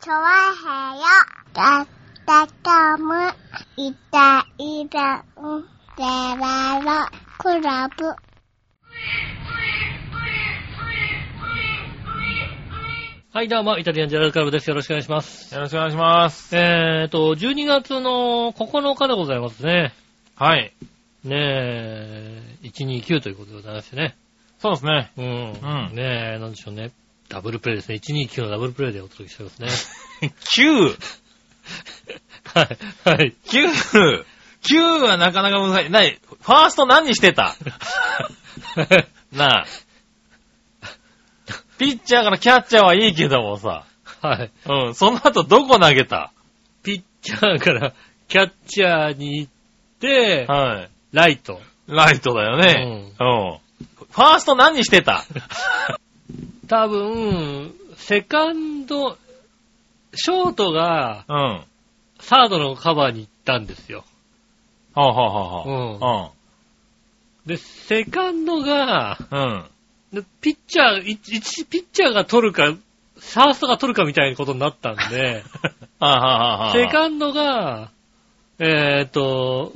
チョワヘヨだったかむいたいたんでららクラブはい、どうも、イタリアンジェラルクラブです。よろしくお願いします。よろしくお願いします。えーと、12月の9日でございますね。はい。ねえ、129ということでございましてね。そうですね。うん。うんねえ、なんでしょうね。ダブルプレイですね。129のダブルプレイでお届けしてますね。 9!9! はい、はい。 9, 9はなかなか難しい。ない。ファースト何にして たなあ。ピッチャーからキャッチャーはいいけどもさ。はい。うん。その後どこ投げたピッチャーからキャッチャーに行って、はい。ライト。ライトだよね。うん。ファースト何にして た多分、セカンド、ショートがうん。はサードのカバーに行ったんですよ。あ、はあはあ、で、セカンドが、うん。うん。でピッチャー、一、一ピッチャーが取るか、サーストが取るかみたいなことになったんで、 あはあはあはあ。セカンドが、えーっと、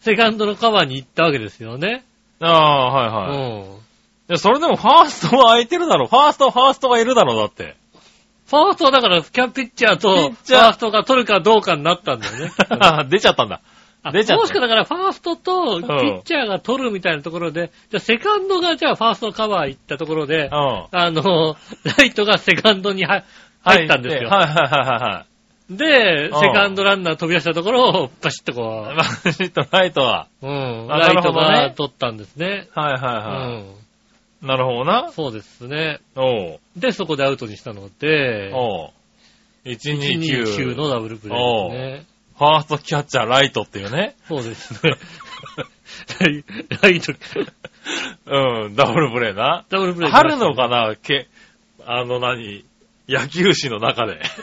セカンドのカバーに行ったわけですよね。ああ、はいはい。うん。いや、それでもファーストは空いてるだろ。ファースト、ファーストがいるだろ、だ って。ファーストはだから、キャンピッチャーと、ピフッチャーァーストが取るかどうかになったんだよね。出ちゃったんだ。あ 出ちゃったもしくはだから、ファーストと、ピッチャーが取るみたいなところで、じゃあ、セカンドが、じゃあ、ファーストのカバー行ったところでう、ん。あの、ライトがセカンドに入入ったんですよ。はいはいはいはで、セうんカンドランナー飛び出したところを、パシッとこい。マッシットライトは。う、うん、あライトなるほどがね取ったんですね。はいはいうはん、い。なるほどな。そうですね。おう。で、そこでアウトにしたので、おう。129 129のダブルプレーですね。ファーストキャッチャーライトっていうね。そうですね。 ライライト、うん、ダブルプレーな。ダブルプレー、あるのかなけ、あの何、野球史の中で。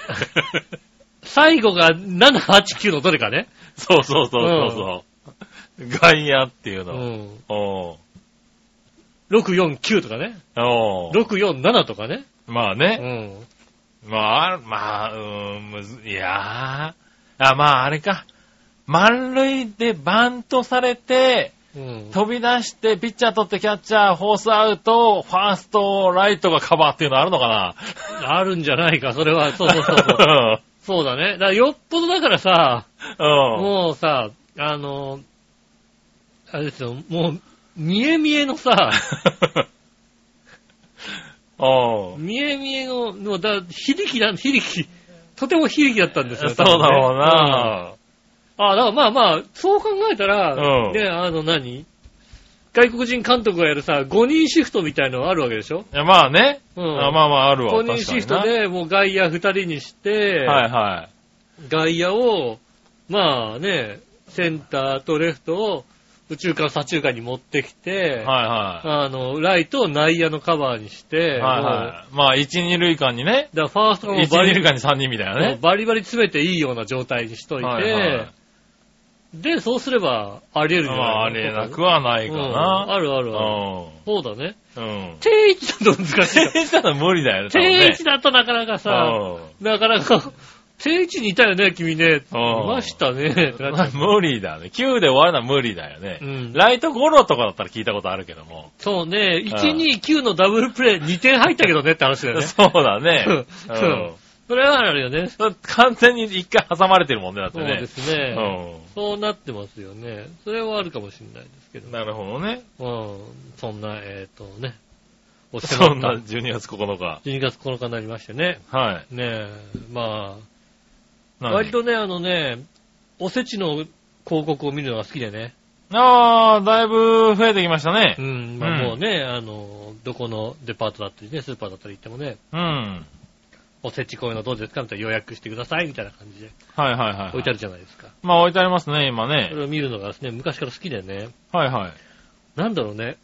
最後が7、8、9のどれかね。そうそうそうそうそう。外野っていううの。ん。おう。 6、4、9とかね。おう。 6、4、7とかね。まあねう。ん。まあ、まあ、うーん、むず、いやー。あ、まあ、あれか。満塁でバントされて、うん。飛び出して、ピッチャー取ってキャッチャー、フォースアウト、ファースト、ライトがカバーっていうのあるのかなあるんじゃないか、それは。そうそうそうそう。 そうだね。だからよっぽどだからさ、 うん。もうさ、あの、あれですよ、もう、見え見えのさ、うん。うん。見え見えの、もうだ、響きだ、響き、とても響きだったんです そよ。うだろううんな。あ、だからまあまあ、そう考えたら、うんね、あの何外国人監督がやるさ、5人シフトみたいのがあるわけでしょいやまあね。うんあまあまあ、あるわ。 5人シフト確かで、もう外野2人にして、にな。はいはい。外野を、まあね、センターとレフトを宇宙間、左中間に持ってきて、はいはあの、ライトを内野のカバーにして、い。はいもはい。まあ、1、2塁間にね。うだからファーストがも1、うバ2リ塁間に3人みたいなもうね。バリバリ詰めていいような状態にしといて、はいはいで、そうすればあり得るんじゃまないあ、あれなくはないかうんな。あるあうるある。ん。そうだね。 うん。定位置だと難しいよ。 定位置だと無理だよね。多分ね定位置だとなかなかさ、なかなか、定位置にいたよね、君ね。いうんましたね。ってうん。なっちゃう無理だね。9で終わるのは無理だよね。うんライトゴロとかだったら聞いたことあるけども。そうね、1、うん2、9のダブルプレー2点入ったけどねって話だよ ね。そうだね。うんうんそれはあるよね。だって完全に一回挟まれてるもんね、だってそうね。ですね。うそうなってますよね。それはあるかもしれないですけどん。。なるほどね。うん。そんな、えっ、とね、おしまそっんたな12月9日。 12月9日になりましてね。はい。ねえ、まあ、何割とね、あのね、おせちの広告を見るのが好きでね。ああ、だいぶ増えてきましたねう。ん。まあうんもうね、あの、どこのデパートだったりね、スーパーだったり行ってもね、うん。おせちこういうのどうですかみたいな予約してくださいみたいな感じではいはいはい。置いてあるじゃないですか。まあ置いてありますね、今そね。れを見るのがですね、昔から好きでね、はいはい。なんだろうね、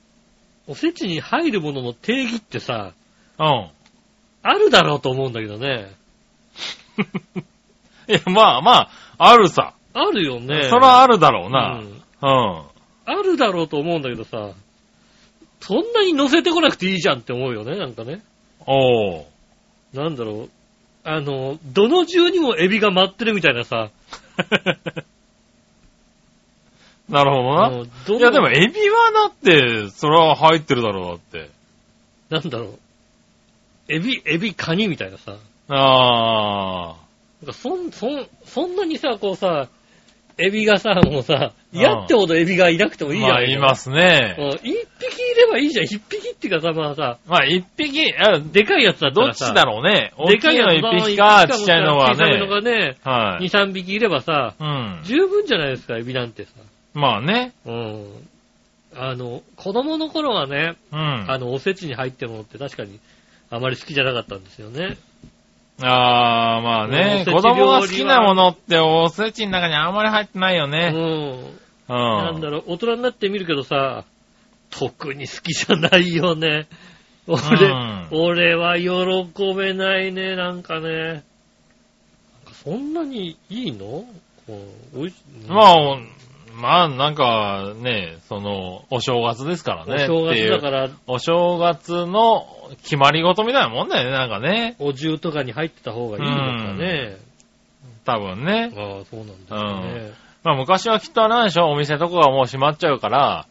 おせちに入るものの定義ってさ、うん。あるだろうと思うんだけどね。 いや、まあまあ、あるさ。あるよね。それはあるだろうるな。うん。あるだろうと思うんだけどさ、そんなに乗せてこなくていいじゃんって思うよね、なんかね。おー。なんだろう。あの、どの銃にもエビが舞ってるみたいなさ、 なるほもうどな。どいやでも、え、エビはだって、それは入ってるだろう、だって。なんだろう。エビ、エビ、カニみたいなさ。あなんかそん、そん、そんなにさ、こうさ、エビがさ、もうさ、嫌ってほどエビがいなくてもあ。いいじゃまなあ、いいかますね。うん一匹いればいいじゃん。一匹っていうかさ、まあさ、まあ、一匹、あでかいやつだったどらっさ、ちだろうね。大できかいいやのつだ一匹か、ちっちゃいのは小さいのね。がね、は2、い。 3匹いればさ、うん。十分じゃないですか、エビなんてさ。まあね。うん。あの、子供の頃はね、うん。あの、おせちに入ってるものって確かに、あまり好きじゃなかったんですよね。ああ、まあね。おせち料理は子供が好きなものっておせちの中にあんまり入ってないようね。ん。うん。なんだろう、大人になってみるけどさ、特に好きじゃないよね。俺、うん俺は喜べないね、なんかね。なんかそんなにいいのこうおいしまあ、おまあ、なんかね、その、お正月ですからおね。正って月いだうから、お正月の決まり事みたいなもんだよね、なんかね。お重とかに入ってた方がいいのかね。多分ね。ああ、そうなんですよね。まあ昔はきっとあれなんでしょお店とかがもう閉まっちゃうから、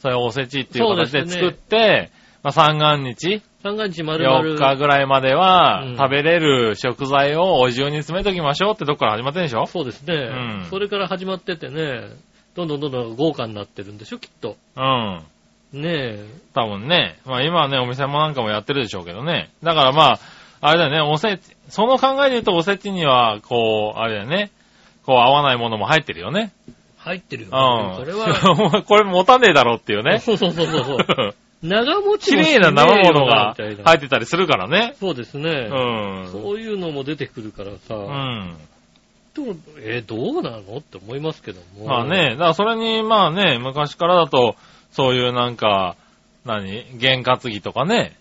それおせちっていう形そうでですね作って、まあ三元日、三が日丸4日々。ぐらいまでうはん食べれる食材をお重に詰めときましょうってとこから始まってんでしょそうですね、うんそれから始まっててね、どんどんどんどん豪華になってるんでしょ、きっと。うん。ねえ。多分ね。まあ今はね、お店もなんかもやってるでしょうけどね。だからまあ、あれだよね、おせち、その考えで言うとおせちには、こう、あれだよね。こう合わないものも入ってるよね。入ってるよう、そん。れ は。これ持たねえだろっていうね。そうそうそう そう。長持ち綺もしねえ麗よな生ものがみたいな入ってたりするからね。そうですうね、ん。そういうのも出てくるからさ、うん。でもえーどうなのって思いますけども。まあね、だからそれに、まあね、昔からだと、そういうなんか、何験担ぎとかね。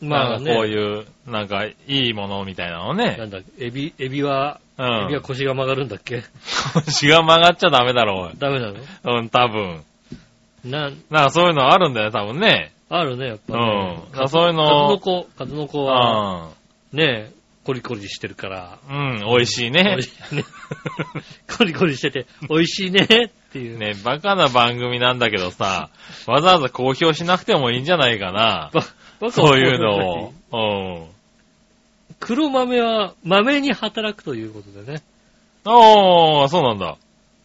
まあなんね。かこういう、なんか、いいものみたいなのなね。んだ、エビ、エビは、うエビはん。 腰が曲がるんだっけ 腰が曲がっちゃダメだろダメなのう。うん、多分。なん、なんかそういうのあるんだよ、多分ね。あるね、やっぱ、ね。うんそういうの数の子、数の子うは、ん。ねえ、コリコリしてるから、うん、美味しいね美味。し いねコリコリしてて、美味しいねっていう。ね、バカな番組なんだけどさ、わざわざ公表しなくてもいいんじゃないかな。ばバカをそうい うのを。うん。黒豆は豆に働くということでね。おー、そうなんだ。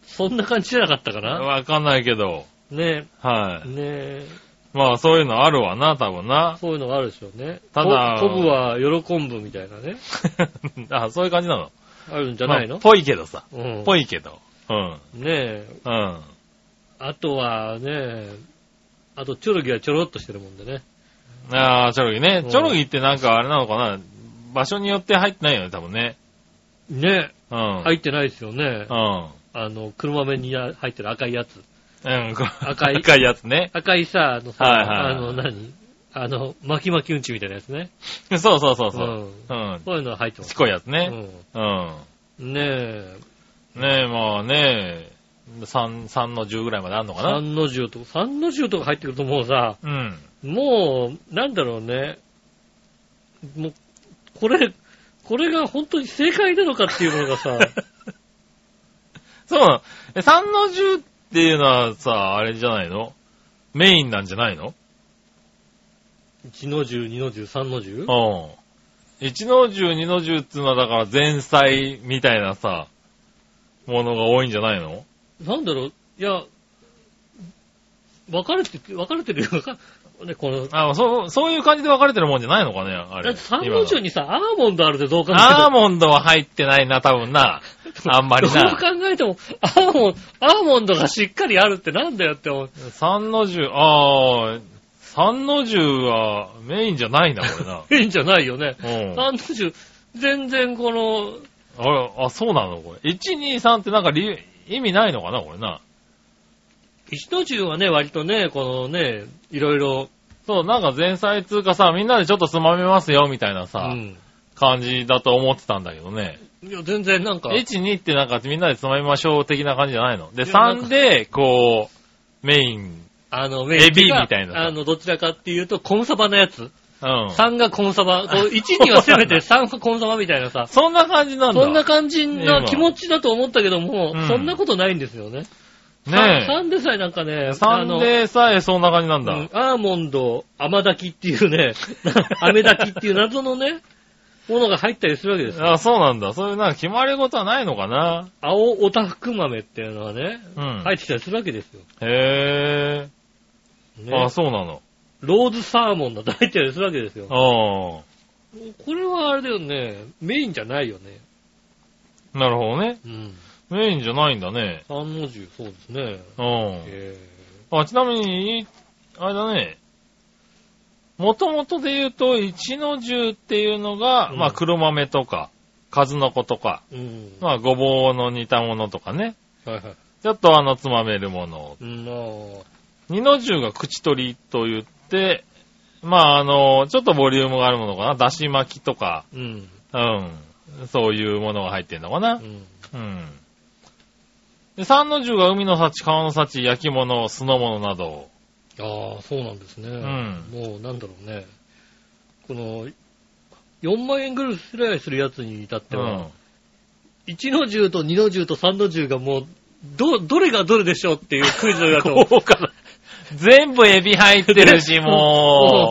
そんな感じじゃなかったかなわかんないけど。ねはえ、ねえ、い。まあそういうのあるわな、多分な。 そういうのがあるでしょうね。ただこコブは喜ぶみたいなね。あ、そういう感じなの。あるんじゃないまのあ、ぽいけどさ。うん。ぽいけど。うん。ねえ、うん。あとはね、あと、チョロギはちょろっとしてるもんでね。ああ、チョロギねう。んチョロギってなんかあれなのかな場所によって入ってないよね、多分ね。ねうん。え、は入い。ってないですよねう。ん。あの、黒豆に入ってる赤いやつ。うん、これ赤い赤いやつね。赤いさ、あのさ、はいはいはいあの、何あの、巻き巻きうんちみたいなやつね。そうそうそううそう。ん。うん。そういうのは入ってまちっす。こいやつね。ううん。ん。ねえ、ねえ、まあねえ、3、3の10ぐらいまであんのかな三の重とか、三の重とか入ってくるともうさ、うん。もう、なんだろうね。もう、これ、これが本当に正解なのかっていうものが さ、そうなの。え、3の10っていうのはさ、あれじゃないのメインなんじゃないの1の重、2の重、3の重うん。1の10、2の10っていうのはだから前菜みたいなさ、ものが多いんじゃないのなんだろう、いや、分かれて、分かれてるよ。 分かね、この、だあ、そう、そういう感じで分かれてるもんじゃないのかねあってれ。 3今のの重にさ、アーモンドあるでどう考えてもアーモンドは入ってないな、多分 な。あんまりどうな。考えても、アーモンド、アーモンドがしっかりあるってなんだよって思う。 3の10、あー、3の10はメインじゃないな、これ な。いいんじゃないよね。うん。三の重、全然この、あれ、あ、そうなのこれ。1、2、3ってなんか理由、意味ないのかなこれな。一の重はね、割とね、このね、いろいろ、そう、なんか前菜通過さ、みんなでちょっとつまみますよ、みたいなうさ、ん。感じだと思ってたんだけどね。いや、全然なんか、 1、2ってなんかみんなでつまみましょう的な感じじゃないの。で、いやなんか3で、こう、メイン。あの、エビメインがみたいなさあの、どちらかっていうと、コンサバのやつ。うん。 3がコンサバ、こう1にはせ めて3がコンサバみたいなさ、そんな感じなんだ。そんな感じな気持ちだと思ったけども、うんそんなことないんですよね。ねえ。 3でさえなんかね、あ3のでさえそんな感じなんうだ。んアーモンド、甘炊きっていうね、 飴炊きっていう謎のね、ものが入ったりするわけですよ。あ、そうなんだ。そういうなんか決まり事はないのかな。青おたふく豆っていうのはね、うん。入ってきたりするわけですよ。へえ。ねあ、そうなの。ローズサーモンだって入ってたりするわけですよ。あこれはあれだよね、メインじゃないよね。あ。なるほどね。うん。メインじゃないんだね。三の重、そうですね。うん。えあ、ちなみに、あれだね。もともとで言うと、一の重っていうのが、うんまあ黒豆とか、数の子とか、ー、うん。まあごぼうの煮たものとかね。はいはい。ちょっとあのつまめるもの。うん、まあ、二の重が口取りと言って、まああの、ちょっとボリュームがあるものかな。だし巻きとか、うん。うん。そういうものが入ってんのかなう。ん。うん。で、三の重が海の幸、川の幸、焼き物、酢の物など。ああ、そうなんですね。んもう、なんだろうね。この、4万円ぐらいするやつに至ってうは、ん。 1の10と2の10と3の10がもう、ど、どれがどれでしょうっていうクイズだ と。豪華だ。全部エビ入ってるし、も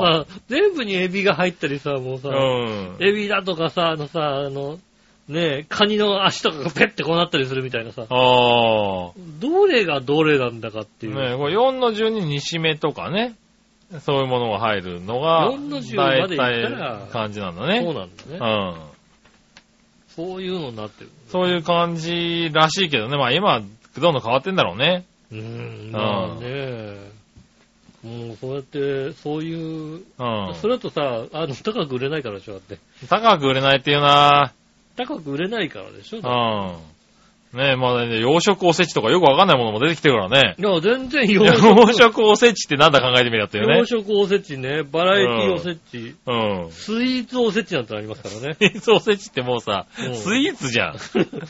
もうさ、全部にエビが入ったりさ、もう さ、う。うん。エビだとかさ、あのさ、あの、ねえ、カニの足とかがペッてこうなったりするみたいなさ、ああ。どれがどれなんだかっていう。ねこれ4の重に煮しめとかね。そういうものが入るのが、 4の重ま大でいったら体感じなんだそうね。なんだね。うん。そういうのになってる。そういう感じらしいけどね。まあ今、どんどん変わってんだろうね。うーん、まあね。もうそうやって、そういう、うん。それだとさ、あの、高く売れないからでしょ、だって。高く売れないっていうな高く売れないからでしょ、だっうん。ねえ、まあね、洋食おせちとかよくわかんないものも出てきてるからねて。いや、全然洋洋食。食おせちってなんだ考えてみたっていうね洋。食おせちね、バラエティおせち、うん。 ススイーツおせちなんてありますからね。イーツおせちってもうさ、うんスイーツじゃん。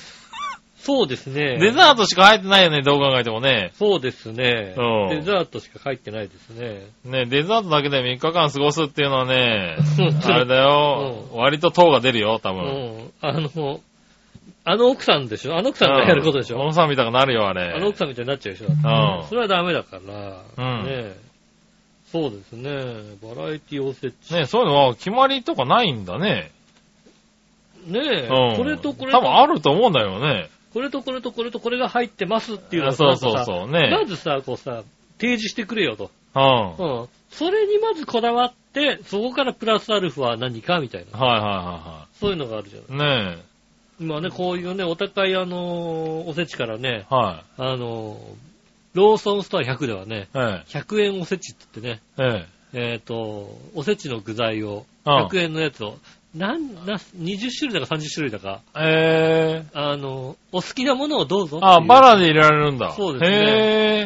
そうですね。デザートしか入ってないよね、どう考えてもね。そうですね。うんデザートしか入ってないですね。ねデザートだけで3日間過ごすっていうの はねうん、あれだよ、割と糖が出るよ、多う分。ん。あの、あの奥さんでしょあの奥さんがやることでしおょんさんみたくなるよ、あれ。あの奥さんみたいになっちゃうでしょうんそれはダメだから。うんねえそうですね。バラエティおせち。ねねそういうのは決まりとかないんだね。え、うん。これとこれ多と分あると思うんだよね。これとこれとこれとこれが入ってますっていうのあをそうそうそう。ねまずさ、こうさ、提示してくれよと。うん。はういん。それにまずこだわって、そこからプラスアルファは何かみたいな。はいはそういうのがあるじゃない。いはい。ねえ。今ね、こういうね、お高いあのーおせちからね、はあのーローソンストア100ではね、い。え100円おせちって言ってね、え。ええ。えっ、と、おせちの具材を、うん100円のやつを、なん、な、20種類だか30種類だか、ええ。あの、お好きなものをどうぞっていう。あ、バラで入れられるんだ。そうですね。へ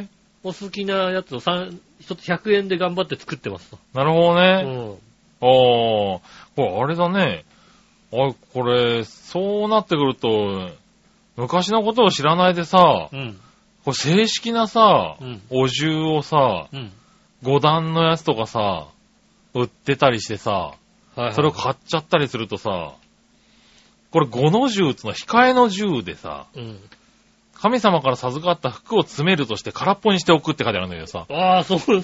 え。お好きなやつを3、一つ100円で頑張って作ってますと。なるほどうね。ん。おー。これ、あれだね。あ、これ、そうなってくると、昔のことを知らないでさ、うん。これ正式なさうん、お重をさ、うん。五段のやつとかさ、売ってたりしてさ、はい、はい。それを買っちゃったりするとさ、これ五の重つうのは控えの重でさ、うん。。神様から授かった服を詰めるとして空っぽにしておくって書いてあるんだけどさ ああ、そう そう。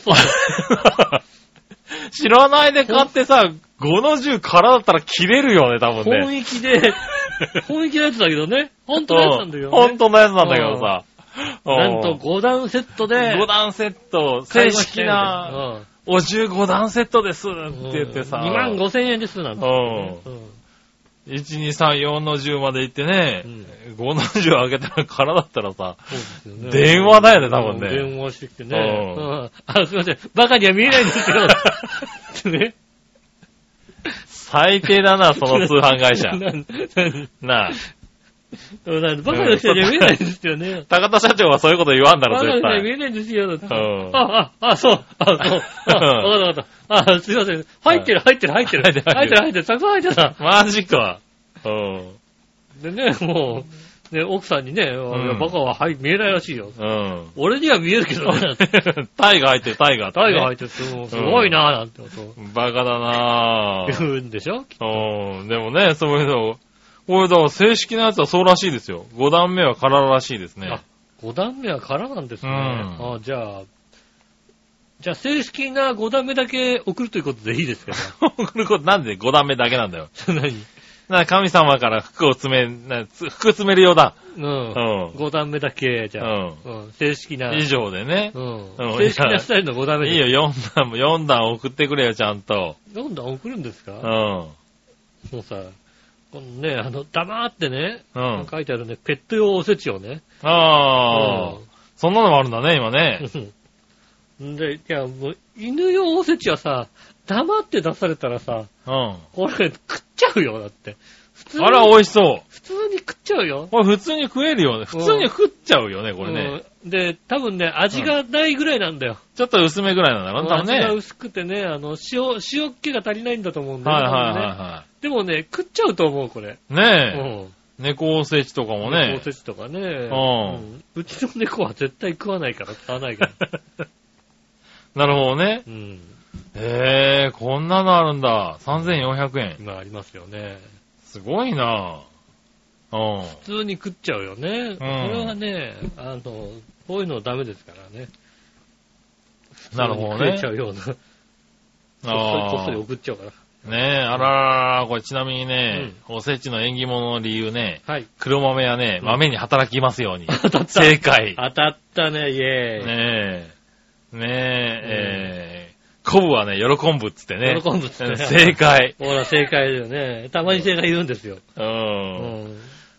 知らないで買ってさ、5の10空だったら切れるよね、多分ね。本意気 で、本意気のやつだけどね。本当のやつなんだけど、ね。本当のやつなんだけどさ。なんと5段セットで、 5段セット、正式な、な、お重5段セットですっうんて言ってさ、 2万5千円ですなんて、ね。ううん1234の10まで行ってねう、 5の10上げたら空だったらさ、そうですよね電話だよね多分ねうん電話してきてね。ううんあ、すいません。バカには見えないんですけど。 ってね。。最低だな、その通販会 社なんなんなうあ。んなんバカの人には見えないんですよね。高田社長はそういうこと言わんだろ、バカの絶人には対見。えないんですよ。だってうんあ、あ、あ、そう。あ、 そう。あ、わかったわかった。あ、すいません。入ってる、入ってる、入ってる。入ってる 入ってる、入ってる。たくさん入ってた。マジか。うん。でね、もう、ね、奥さんにね、んいやバカは、はい、見えないらしいよ。うん。 俺には見えるけどね、なんてタイが入ってる、タイが。タイが入ってて、もうすごいなぁ、なんてことをバカだ なぁ。言うんでしょうん。でもね、そういうの、これだから正式なやつはそうらしいですよ。5段目は空らしいですねあ。5段目は空なんですね。うんあじゃあ、じゃあ正式な5段目だけ送るということでいいです かね。これこれなんで5段目だけなんだよ。何な神様から服を詰め、なつ服詰めるようだ。う。うんん。 5段目だけ、じうゃあ、ん。うん正式な、以上でねう。んうん正式なスタイルの5段目いいで。よ、4段も、4段送ってくれよ、ちゃんと。 4段送るんですうかん。もうさ、このね、あの、黙ってね、うん。書いてあるね、ペット用おせちをね。ああ、そんなのもあるんだね、今ね。うん。 で、いや、もう、犬用おせちはさ、黙って出されたらさ、 うん。これ食っちゃうよ、だって。普通にあら、美味しそう。普通に食っちゃうよ。これ普通に食えるよね。普通に食っちゃうよね、これね。うん。で、多分ね、味がないぐらいなんだよ。ちょっと薄めぐらいなんだろうね、多分味がね。薄くてね、あの、塩、塩っ気が足りないんだと思うんだよはいねはい多分ねでもね、食っちゃうと思う、これ。はいはい。ねえ。ん。猫おせちとかもねお。せちとかね。んうんうちの猫は絶対食わないから、買わないから。 なるほどね。うん。へえ、こんなのあるんだ。3400円。今ありますよね。すごいなうん。普通に食っちゃうよね。これはね、あの、こういうのダメですからね。なるほど普通に食ねえちゃ。うような。こっそりこっあそりー送っちゃうから。ねえ、あらららら、これちなみにね、おせちの縁起物の理由ね、 はい。黒豆はね、うん豆に働きますように。当たった。正解。当たったね、イェーイ。ねえ。ねえ、えー、昆布はね、喜ぶっつってね。喜ぶっつってね正解。ほら、正解だよね。たまに正解言うんですよ。う。うんん。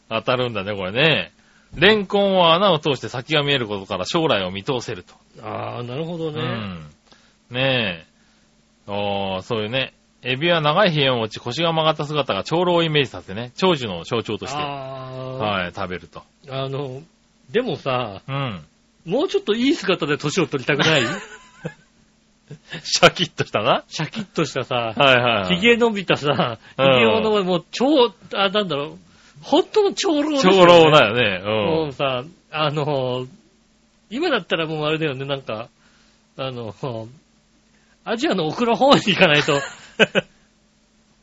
当たるんだね、これね。レンコンは穴を通して先が見えることから将来を見通せると。ああ、なるほどうね。ん。ねえ。ああ、そういうね。エビは長い髭を持ち、腰が曲がった姿が長老をイメージさせてね、長寿の象徴として、ああ、はい、食べると。あの、でもさ、 うん。もうちょっといい姿で年を取りたく ないシャキッとしたな。シャキッとしたさ、はいはいはい。髭伸びたさ、うん髭を伸ばもう超、あ、なんだろう、本当の長老ですよね長老だよね。もう。うんさ、あの、今だったらもうあれだよね、なんか、あの、アジアの奥の方に行かない と、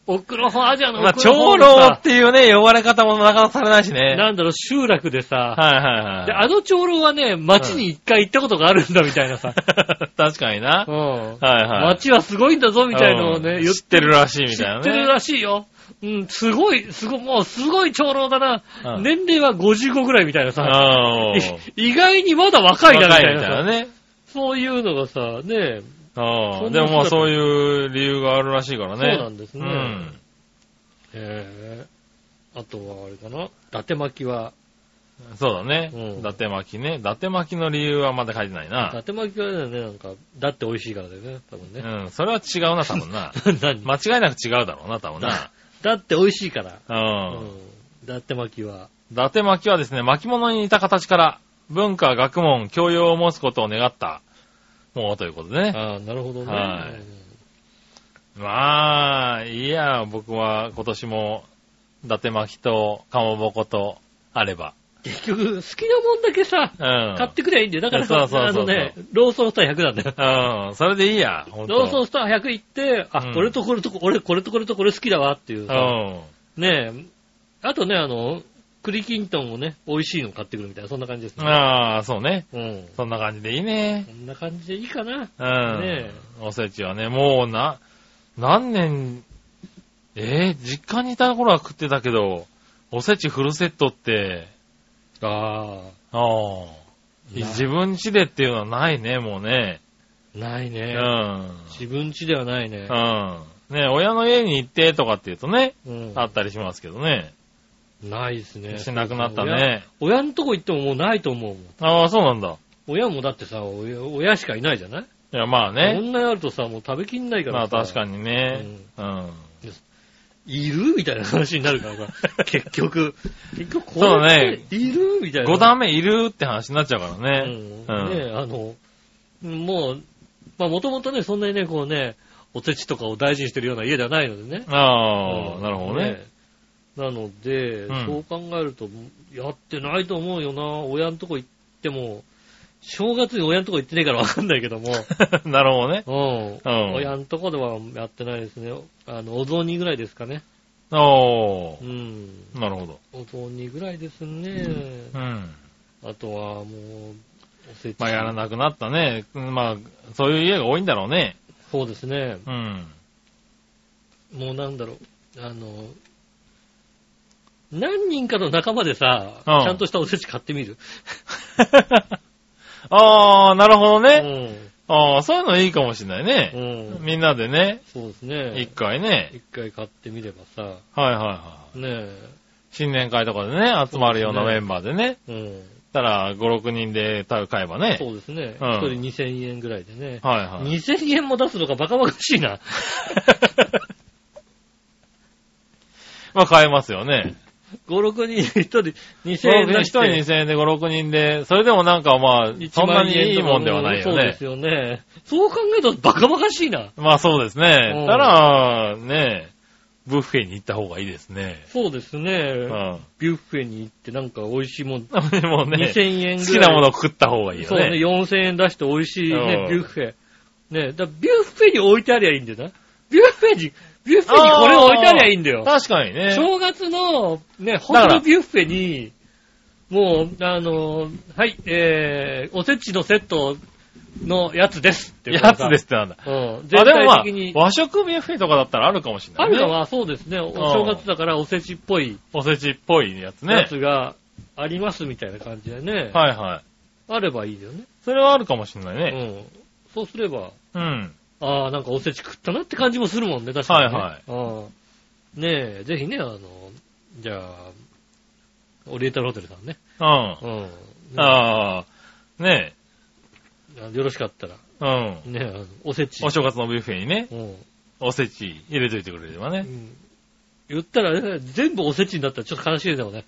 奥の方、アジアのまあ、奥長の方の老っさ、ていうね、呼ばれ方もなかなかされないしね。なんだろう、集落でさ、はいはいはい。で、あの長老はね、街に一回行ったことがあるんだみたいなさ、 確かにな。うんはいはい。街はすごいんだぞみたいのをうね、ん言っ知ってるらしいみ知たいなっね。てるらしいよ。うん、すごい、すごい、もうすごい長老だな。うん年齢は55ぐらいみたいなさ、あ ーい意外にまだ若いなみた若いないみたいさな。ね。そういうのがさ、ね、あそあ、んでな姿もまあそういう理由があるらしいからそうね。なんですね。うん。へえあとはあれかな、伊達巻きは、そうだね。うん伊達巻きね。伊達巻きの理由はまだ書いてない伊な。達巻きはね、なんか、だって美味しいからだよね、多分うね。ん。それは違うな、多 分な。何間違いなく違うだろうな、多分な。だって美味しいから。 ううん。ん。だって巻きは、伊達巻きはですね、巻物に似た形から、文化、学問、教養を持つことを願った、もうということでね。ああ、なるほどね。はいまあ、いいや、僕は今年も、伊達巻きと、かまぼこと、あれば。結局、好きなもんだけさ、うん。買ってくりゃいいんだよ。だから、そうそうあそのうそうね、ローソンスター100なんだよ。うん、それでいいや、ほんと。ローソンスター100行って、あ、うんこれとこれとこれ、これとこれとこれ好きだわっていううさん。ねえ、あとね、あの、栗きんとんもね、美味しいの買ってくるみたいな、そんな感じですね。ああ、そうね。うん。そんな感じでいいねこ。んな感じでいいかな。うん。ねおせちはね、もうな、何年、えー、実家にいた頃は食ってたけど、おせちフルセットって、あああ、な自分家でっていうのはないね、もうね。あ。ないね。うん。自分家ではないね。うん。ね親の家に行ってとかっていうとね、うんあったりしますけどね。ないですね。しなくなったね。親。親のとこ行ってももうないと思うもん。ああ、そうなんだ。親もだってさ、親親しかいないじゃないいや、まあこね。んなにあるとさ、もう食べきんないかまらあさ。確かに。にね。うん。いるみたいな話になるからさ。 結局。結局こそうだれっねているみた いな。 5段目いるって話になっちゃうからね。うんねえ、あの、もう、まあもともとね、そんなにね、こうね、おせちとかを大事にしてるような家ではないのでね。ああ、うんなるほどね。えなので、うんそう考えると、やってないと思うよな。親のとこ行っても、正月に親のとこ行ってねえからわかんないけども、なるほどね。うん うん親のとこではやってないですね。あの、お雑煮ぐらいですかね。おうー。ん。なるほど。お雑煮ぐらいですね。うん。あとはもう、おせち。まあ、やらなくなったね。うんまあ、そういう家が多いんだろうね。そうですね。うん。 もうなんだろう。あの、何人かの仲間でさ、うんちゃんとしたおせち買ってみる。あー、なるほどうね。ん。あー、そういうのいいかもしれないね。うん。みんなでね、そうですね。一回ね。一回買ってみればさ、はいはいはねえ。い。新年会とかでね、集まるようなそうでメすねンバーでね。うん。たら、5、6人で買えばね。そうですね。一、うん人2000円ぐらいでね。はいはい。 2000円も出すのがバカバカしいな。 まあ、買えますよね。 5、6人、一人2000 1円人出一して。人2000円で5、6人で、それでもなんかまあ、そんなにいいもんではないよそうでねす。よね。そう考えるとバカバカしいな。まあそうですうね。んたら、ね、ブッフェに行った方がいいですね。そうですうね。ん。ビュッフェに行ってなんか美味しいもん。でもね、 2000円好ぐきらい。なものを食った方がいいよそうね、ね。 4000円出して美味しいね、うんビュッフェ。ね、だからビュッフェに置いてありゃいいんだよな。ビュッフェに、ビュッフェにこれを置いてありゃいいんだよ。確かにね。正月の、ね、ホだかテらルビュッフェに、もう、あの、はい、えー、おせちのセットのやつですっていう。やつですすってなんだ。うん。全あ、でもま体あ的に、。和食ビュッフェとかだったらあるかもしれなあいね。るかはそうですね、お正月だからおせちっぽいおせちっぽいやつね。やつがありますみたいな感じでね。はいはい。あればいいよね。それはあるかもしれないうね。ん。そうすれば、うん。ああ、なんかおせち食ったなって感じもするもんね、確かに、ね。はいはい。ねえ、ぜひね、あの、じゃあ、オリエンタルホテルさんね。うん。あうん。ねあー、ねあのよろしかったら、うん。ねえ、あのおせち。お正月のビュッフェにね、うん。おせち入れといてくれればうね。 ん言ったら、ね、全部おせちになったらちょっと悲しいでもね。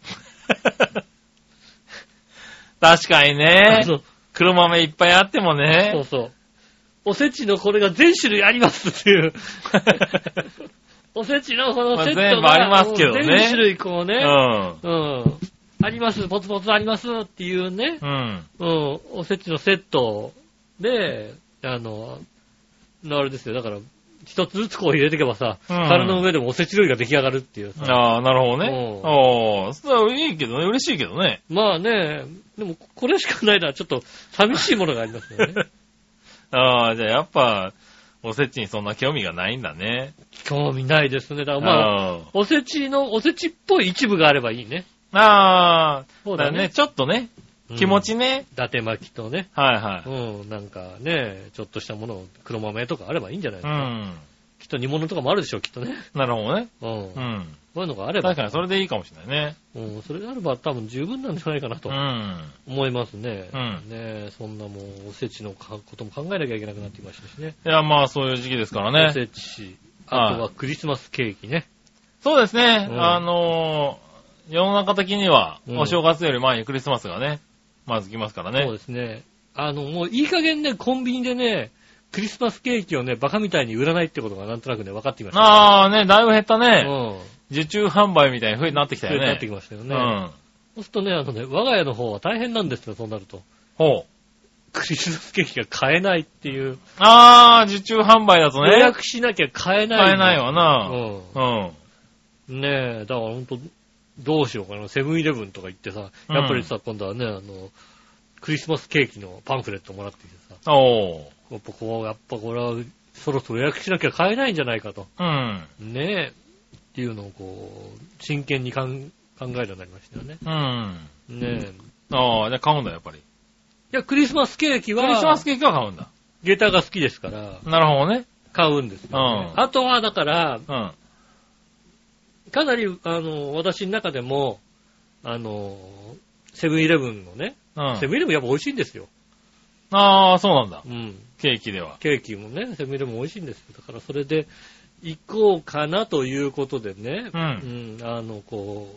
確かにねあ。の黒豆いっぱいあってもそねう。そう。おせちのこれが全種類ありますって いう。おせちのこのセットが、まあ全部ありますけどね全種類こううね、うん。ん。あります、ポツポツありますっていうね、うん。うん、おせちのセットで、あの、あれですよ、だから、一つずつこう入れていけばさ、うん皿の上でもおせち料理が出来上がるっていうさ。ああ、なるほどね。うんおー、それはいいけどね、嬉しいけどね。まあね、でもこれしかないのはちょっと寂しいものがありますよね。 ああ、じゃあやっぱ、おせちにそんな興味がないんだね。興味ないですね。だからまあ、あーおせちの、おせちっぽい一部があればいいね。あー、そうだだね、ね。ちょっとね、気持ちね。伊達巻きとね。はいはうい。ん、なんかね、ちょっとしたものを、黒豆とかあればいいんじゃないでうすか。ん。きっと煮物とかもあるでしょう、きっとね。なるほどね。うん。うこん。ういうのがあれば確、かにそれでいいかもしれないね。うん、それであれば多分十分なんじゃないかなうとん。思いますね。うんねえそんなもう、おせちのかことも考えなきゃいけなくなってきましたしね。いや、まあそういう時期ですかおらね。せち、あとはクリスマスケーキね。そうですね。うんあのー、世の中的には、うんお正月より前にクリスマスがね、まず来ますからそうね。ですね。あの、もういい加減ね、コンビニでね、クリスマスケーキをね、バカみたいに売らないってことがなんとなくね、分かってきました。ああね、だいぶ減ったあうね。ん。受注販売みたいに増えなってきたそうよなってね。きましたようね。ん。そうするとね、あのね、我が家の方は大変なんですよ、そうなると。 ほう。クリスマスケーキが買えないっていう。ああ、受注販売だと予ね、約しなきゃ買えない。買えないわな。ううん。ん。ねえ、だからほんと、どうしようかな。セブンイレブンとか行ってさ、やっぱりさ、今度はね、あの、クリスマスケーキのパンフレットもらってきてさ、おう。やっぱこう、やっぱこれは、そろそろ予約しなきゃ買えないんじゃないかと。うん。ねえ、っていうのをこう、真剣にかん考えるようになりましたよね。うん。ねえ。ああ、じゃあ買うんだ、やっぱり。いや、クリスマスケーキクは、リスマスケーキは買うんだ。下駄が好きですから、なるほどね。買うんですよ、ねうんあとは、だから、うん。かなり、あの、私の中でも、あの、セブンイレブンのね、うんセ。ブンイレブンやっぱ美味しいんですよ。ああ、そうなんだ。うん。ケーキでは。ケーキもね、セブンイレブン美味しいんですよ。だからそれで、行こうかなということでね、う。うんん、あの、こ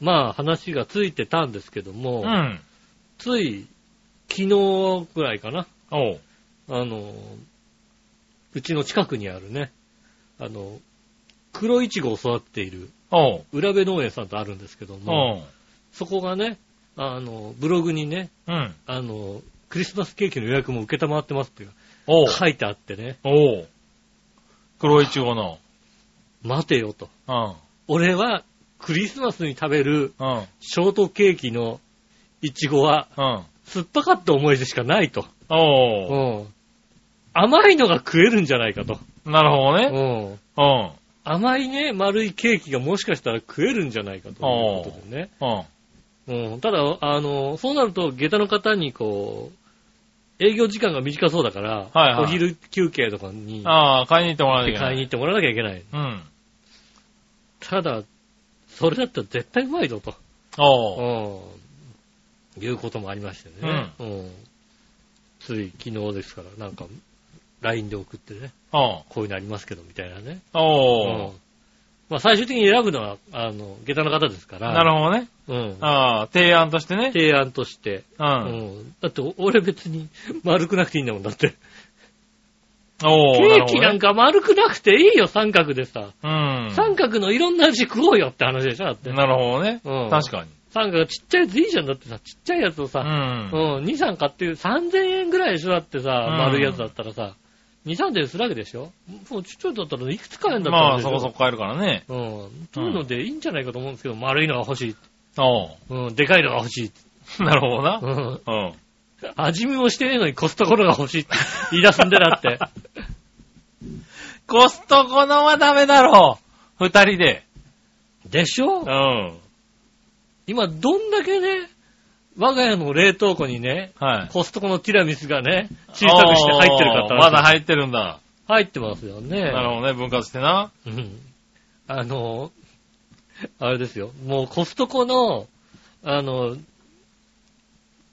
う、まあ話がついてたんですけども、うん。つい昨日ぐらいかな、おう。あの、うちの近くにあるね、あの、黒いちごを育っているおう。浦部農園さんとあるんですけども、おう。そこがね、あの、ブログにね、うん。あの、クリスマスケーキの予約も受けたまってますっていうおう。書いてあってね、おう。黒いちごの。待てよと。うん。俺はクリスマスに食べるうん。ショートケーキのイチゴはうん。酸っぱかった思い出しかないと。うおう。ん。甘いのが食えるんじゃないかと。なるほどうね。ん。うん。甘いね、丸いケーキがもしかしたら食えるんじゃないかということでね。うん。うん。ただ、あの、そうなると、下駄の方にこう、営業時間が短そうだから、はいはいお昼休憩とかにああ、買いに行ってもらわなきゃいけな買いにい。行ってもらわなきゃいけない。うん。ただ、それだったら絶対うまいぞと。おう。うん。いうこともありましてね。うん。つい昨日ですから、なんか、LINE で送ってね、おう。こういうのありますけど、みたいなね。おう。うんまあ、最終的に選ぶのは、あの、下駄の方ですから。なるほどね。ほど。うん。ああ、提案としてね。提案として。う。うんん。だって、俺別に丸くなくていいんだもん、だって。おケう。るーほキどなんねか丸くなくていいよ、三角でさ。うん。三角のいろんな味食おうよって話でしょ、だって。なるほどね。うん確かに。三角ちっちゃいやついいじゃん、だってさ、ちっちゃいやつをうさ、ん。うん、2、3買って3000円ぐらいでしょだってさ、ん丸いやつだったらさ、2、3でするわけでしょもうちっちゃいだったらいくつ買えんだったらまあ、そこそこ買えるからね。こ。うん。そういうのでいいんじゃないかと思うんですけど、丸いのが欲しい。おう。うん、でかいのが欲しい。なるほどなう。ん。うん。味見もしてねえのにコストコのが欲しいって言い出すんだよだ って。コストコのはダメだろう。二人で。でしょうん。今どんだけね、我が家の冷凍庫にね、はい。コストコのティラミスがね、小さくして入ってるかっておーまだ入入ってるんだ。入ってますよね。なるほどね。分割してな。うんあの、あれですよ。もうコストコの、あの、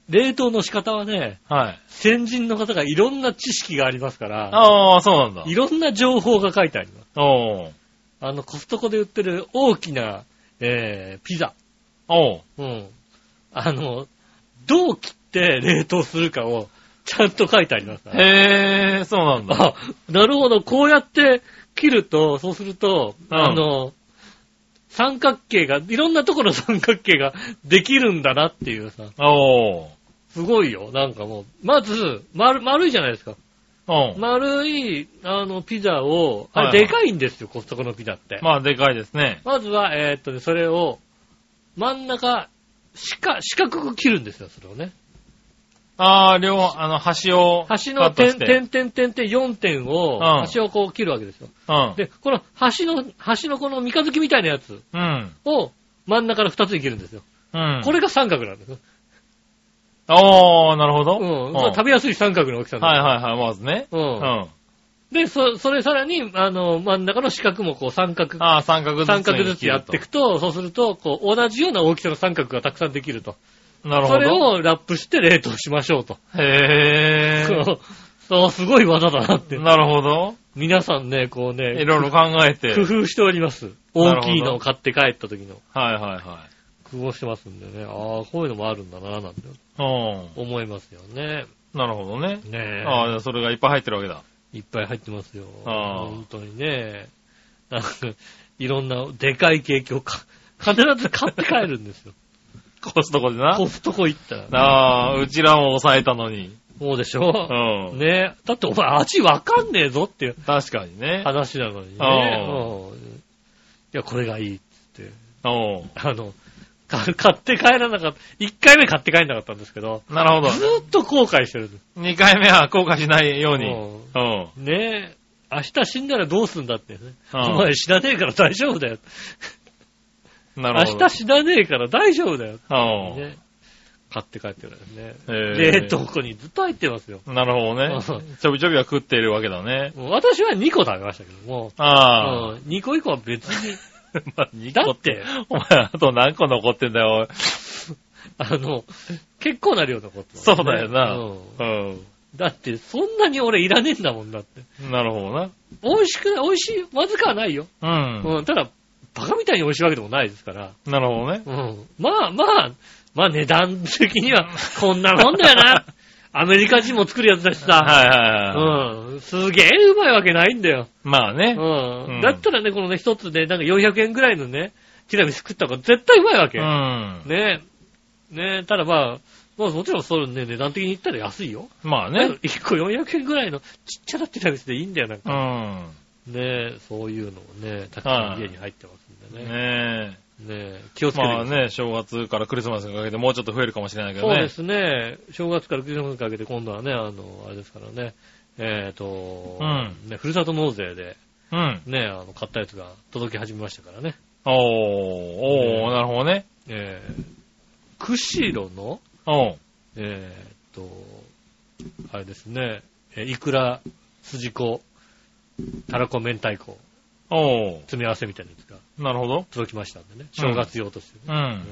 冷凍の仕方はね、はい。先人の方がいろんな知識がありますから、ああ、そうなんだい。ろんな情報が書いてあります。おう。あの、コストコで売ってる大きな、えー、ピザ。おう。うん。あの、どう切って冷凍するかをちゃんと書いてありますから。へえ、そうなん だ。あ、なるほど。こうやって切ると、そうすると、うんあの、三角形が、いろんなところの三角形ができるんだなっていうさ、おう。すごいよ。なんかもう、まず、丸、丸いじゃないですか。おう。丸い、あの、ピザを、あはいはれいでかいんですよ、コストコのピザって。ままあ、でかいですね。ずは、えーっとね、それを、真ん中、四角、四角く切るんですよ、それをね。ああ、両、あの、端を。端のカット点、して点、点、点、点、4点を、うん端をこう切るわけですよ。うん。で、この端の、端のこの三日月みたいなやつうん。を真ん中から二つに切るんですよ。うん。これが三角なんですよ。おー、なるほど。うん。うんまあ食べやすい三角の大きさはいなんではいはい、まずね。すよ。ううん。ん。で、そ、それさらに、あの、真ん中の四角もこう三角、ああ、三角ずつ。三角ずつやっていく。と、そうすると、こう、同じような大きさの三角がたくさんできると。なるそほど。れをラップして冷凍しましょうと。へえ。 そう、すごい技だなって。なるほど。皆さんね、こうね、いろいろ考えて。工はい夫しております。なる大ほどきいのを買って帰った時のはいは工夫をしてますんでね。ああ、こういうのもあるんだな、なんてい。思いますよね。うん。なるほどね。ねえ。ああ、じゃあそれがいっぱい入ってるわけだ。いっぱい入ってますよ。ああ本当にね。なんか、いろんなでかいケーキをか必ず買って帰るんですよ。コストコでなコ。ストコ行ったら。ああ、うちらも抑えたのに。そうでしうょ、ん。ねだってお前味わかんねえぞっていう確かにね。話なのにねあ。あうんいや、これがいいってって。おうあの、か買って帰らなかった。1回目買って帰らなかったんですけど、な るほずーっと後悔してるんです。ど。2回目は後悔しないように。うんうん。ねえ、明日死んだらどうすんだってね。うんお前死なねえから大丈夫だよ。な明るほど。日死なねえから大丈夫だよ。おうね、買って帰ってるんね。へえ冷凍庫にずっと入ってますよ。なるほどうね。ちょびちょびは食っているわけだね。もう私は2個食べましたけども、ああ。うん2個以降は別に、 まあ、2だ個っ。て、お前、あと何個残ってんだよ、あの、結構な量残ってます、そうだよなうんおいだって、そんなに俺いらねえんだもんだって。うん。なるほど美味しく、美味しい、まずくはないよ。な。うん。うん、ただ、バカみたいに美味しいわけでもないですから。なるほどね。うん。まあまあ、まあ値段的にはこんなもんだよ な。アメリカ人も作るやつだしさ。はいはいはい。うん。すげえうまいわけないんだよ。まあうね。ん。うんだったらね、このね、一つね、なんか400円ぐらいのね、ティラミス食った方が絶対うまいわけ。うん。ねえ。ねえ、ただまあ、まあもちろんそれね、値段的に言ったら安いよ。まあねね。。 1個400円ぐらいのちっちゃなティラミスでいいんだよ、なんうか。ん。ねえ、そういうのをね、たくさん家に入ってますんでね。ねねえ、気をえ。つけてくだまさあい。ね、正月からクリスマスにかけてもうちょっと増えるかもしれないけどそうでね。すね。正月からクリスマスにかけて今度はね、あの、あれですからね。えっ、と、うね、ふるさと納税で、うん。ね、あの、買ったやつが届き始めましたからね。おー、おー、なるほどね。えー、釧路の、おう。えー、と、あれですね、えーいくら、すじこ、たらこ明太子、お詰め合わせみたいなやつがう。なるほど。届きましたんでね。正月用としてね。ううんん。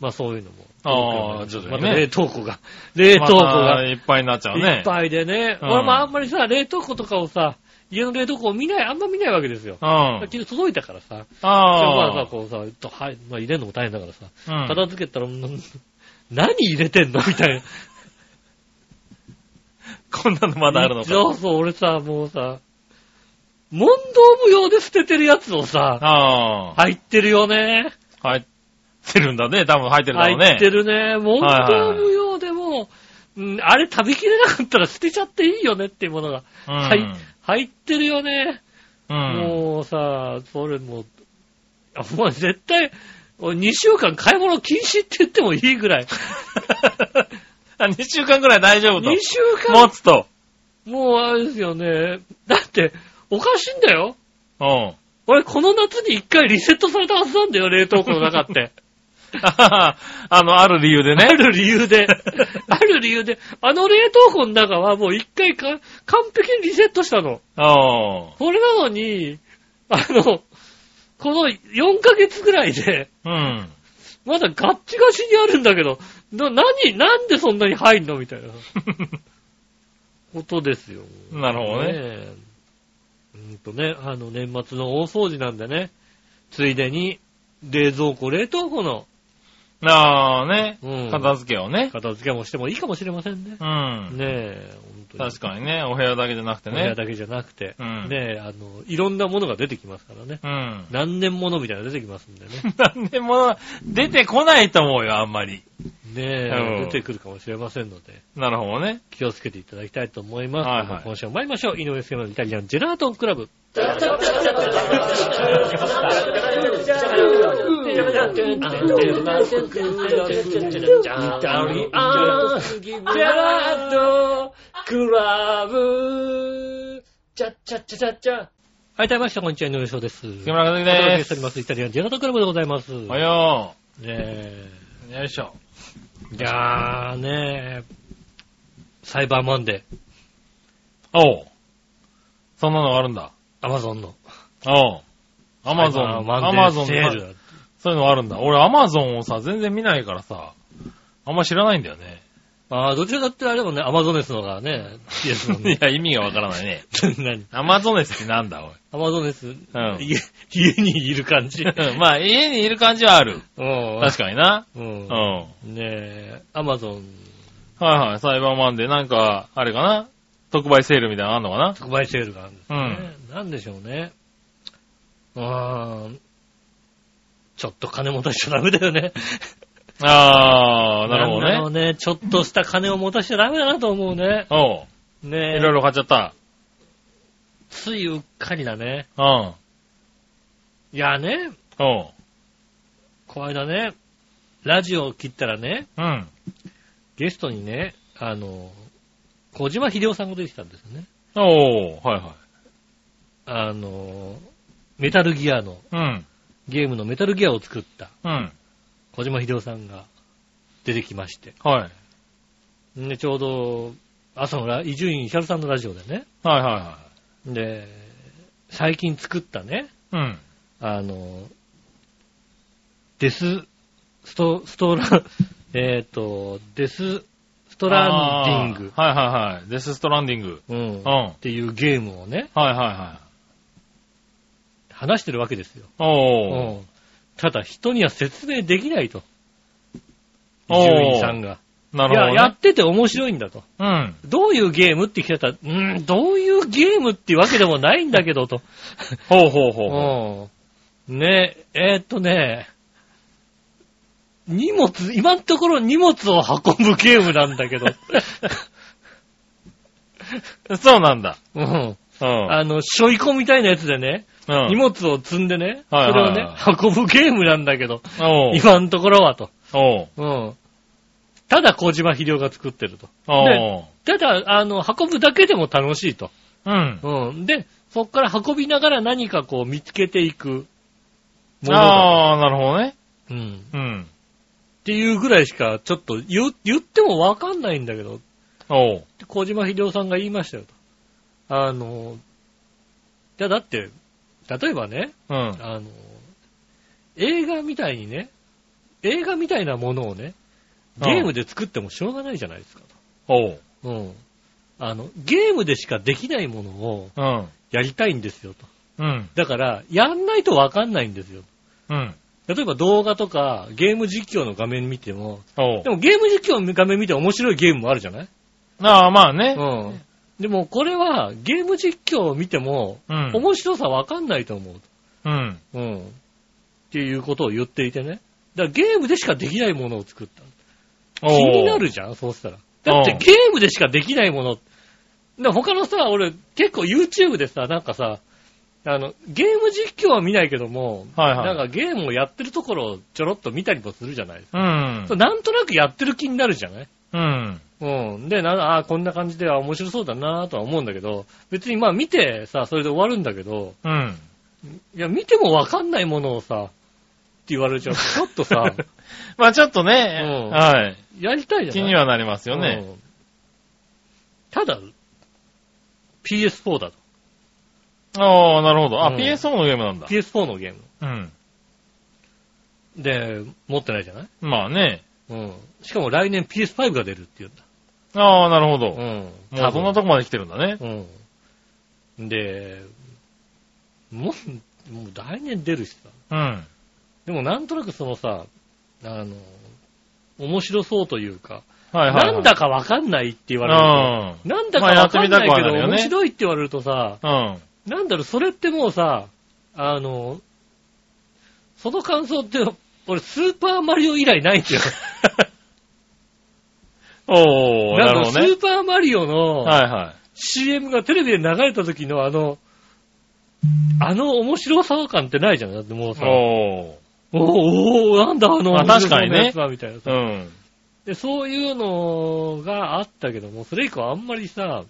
まあそういうのも。ああ徐々まにねた冷凍庫が。冷凍庫まがた。いっぱいになっちゃういね。っぱいでね。うん俺もあんまりさ、冷凍庫とかをさ、家の冷凍庫を見ない、あんま見ないわけですよ。うん。昨日届いたからさ。まああさ、こうさ、とはいまあ、入れるのも大変だからさ。あ。うん片付けたら、うん 何入れてんのみたいな。こんなのまだあるのそかう。そう、俺さ、もうさ、問答無用で捨ててるやつをさ、ああ。入ってるよね。入ってるんだね。多分入ってるだろうね。入ってるね。問答無用でもう、うんあれ食べきれなかったら捨てちゃっていいよねっていうものがうん。はい入ってるよね。うん。もうさ、それもう、あもう絶対、2週間買い物禁止って言ってもいいぐら い。 あ、2週間ぐらい大丈夫と2。週持間つと。もうあれですよね。だって、おかしいんだよ。うん。 俺、この夏に一回リセットされたはずなんだよ、冷凍庫の中って。あははあの、ある理由あでね。る理由で。ある理由で。あの冷凍庫の中はもう一回か完璧にリセットしたの。うん。それなのに、あの、この4ヶ月ぐらいで、うん。まだガッチガチにあるんだけど、な、何、なんでそんなに入んのみたいなことですよ。なるほどね。えうーんとね、あの、年末の大掃除なんでね、ついでに、冷蔵庫、冷凍庫の、なあねうん。片付けをね。片付けもしてもいいかもしれませんね。うん。ねえ、本当に。確かにね。お部屋だけじゃなくてお部屋ね。だけじゃなくて、うんねえ、あの、いろんなものが出てきますからね。うん。 何年ものみたいなの出てきますんでね。なんでも出てこないと思うよ、あんまり。ねえ、うん出てくるかもしれませんので、なるほどね。気をつけていただきたいと思います。はいはい今週も参りましょう。井上杉村のイタリアンジェラートンクラブ。はい、どうもこんにちは、井上翔です。木村和樹お届でけしておりす。ます。イタリアンジェラートクラブでございます。おはよねう。よいしょ。えいやーねえ、サイバーマンデー、おう。そんなのがあるんだ。アマゾンの。おう。アマゾン、サイバーアママンデゾーンセールだ。そういうのがあるんだ。俺アマゾンをさ、全然見ないからさ、あんま知らないんだよね。ああ、どちらかってあれでもね、アマゾネスの方がね、いいですもん いね。や、意味がわからないね。何アマゾネスってなんだ、おい。 アマゾネス、うん家家にいる感じ。うん。まあ、家にいる感じはある。確かにな。ううんん。。はねえ、アマゾンいはい、サイバーマンデー、なんか、あれかな特売セールみたいなのあんのか特売セールがあるんですね。なんでしょうね。うーん。ちょっと金持たしちゃダメだよね。なあー、なるほんだろうどね。ね。ちょっとした金を持たしちゃダメだなと思うね。おう。ねえ。いろいろ買っちゃった。ついうっかりだね。うん。いやね、おう。こいだね、ラジオを切ったらね、うん。ゲストにね、あの、小島秀夫さんが出てきたんですよね。おう、はいはい。あの、メタルギアの、うん。ゲームのメタルギアを作ったうん。小島秀夫さんが出てきまして。はい。で、ちょうど、朝のラ伊集院ヒカルさんのラジオでね。はいはいはで、最近作ったね、い。うん。あの、デス、スト、ストラ、 えっ、と、デス、ストランディング、あーはいはいはい。デスストランディング。うん、うん。はいっていうゲームをね、はいはい。話してるわけですよ。おー。うんただ、人には説明できないと。伊おー集院さんが。ないや、るやほってて面白いんだと。どね。うん。どういうゲームって聞かれたら、うーん、どういうゲームってわけでもないんだけどと。ほうほうほうほうねえ、えーっとね、荷物、今のところ荷物を運ぶゲームなんだけ ど。そうなんだ。うん。うん。あの、背負い込みたいなやつでね、うん荷物を積んでね、そはいれはをいねはい、運ぶゲームなんだけど、おう今のところはと。おううん。ただ小島秀夫が作ってると。おうただ、あの、運ぶだけでも楽しいと。うん。うん。で、そこから運びながら何かこう見つけていくものだ。ああ、なるほどね。うん。うん。っていうぐらいしか、ちょっと言う言ってもわかんないんだけど、おう小島秀夫さんが言いましたよと。あの、いやだって、例えばね、うん。あの、映画みたいにね、映画みたいなものをね、ゲームで作ってもしょうがないじゃないですかおうと。うん。あの、ゲームでしかできないものをうん。やりたいんですよと。うん。だから、やんないとわかんないんですよ。うん。例えば動画とかゲーム実況の画面見ても、おうでもゲーム実況の画面見て面白いゲームもあるじゃないああ、まあね。うん。でもこれはゲーム実況を見てもうん。面白さわかんないと思う。うん。うん。っていうことを言っていてね。だからゲームでしかできないものを作った。おう気になるじゃんそうしたら。だってうんゲームでしかできないもの。で他のさ、俺結構 YouTube でさ、なんかさ、あの、ゲーム実況は見ないけども、はいはいなんかゲームをやってるところをちょろっと見たりもするじゃないですかうんそう。なんとなくやってる気になるじゃないうん。うん。で、なああ、こんな感じで、あ面白そうだなとは思うんだけど、別にまあ見てさ、それで終わるんだけど、うん。いや、見てもわかんないものをさ、って言われちゃうと、ちょっと さ、まあちょっとね、うんはい。やりたいじゃない気にはなりますよね。うんただ、PS4 だと。ああ、なるほど。あ、うん PSO のゲームなんだ。 PS4 のゲーム。うん。で、持ってないじゃないまあね。うん。しかも来年 PS5 が出るって言うんだ。ああ、なるほど。もうん。うそんなとこまで来てるんだね。うん。で、もう、もう来年出るしさ。うん。でもなんとなくそのさ、あの、面白そうというか、はいはいはい。なんだかわかんないって言うわれるん。と、なんだかまあやわってかんみたないくはけなど、るよね面白いって言われるとさ、うん。なんだろう、それってもうさ、あの、その感想って、俺、スーパーマリオ以来ないんだよ。 おー、ななんるかほスどね。ーパーマリオのはいはい。 CM がテレビで流れた時のあの、あの面白さ感ってないじゃん。だってもうさ、おーおー。おー、なんだあのあ面白確そうかにねなやつは、みたいなさう。ん。で、そういうのがあったけども、それ以降あんまりさ、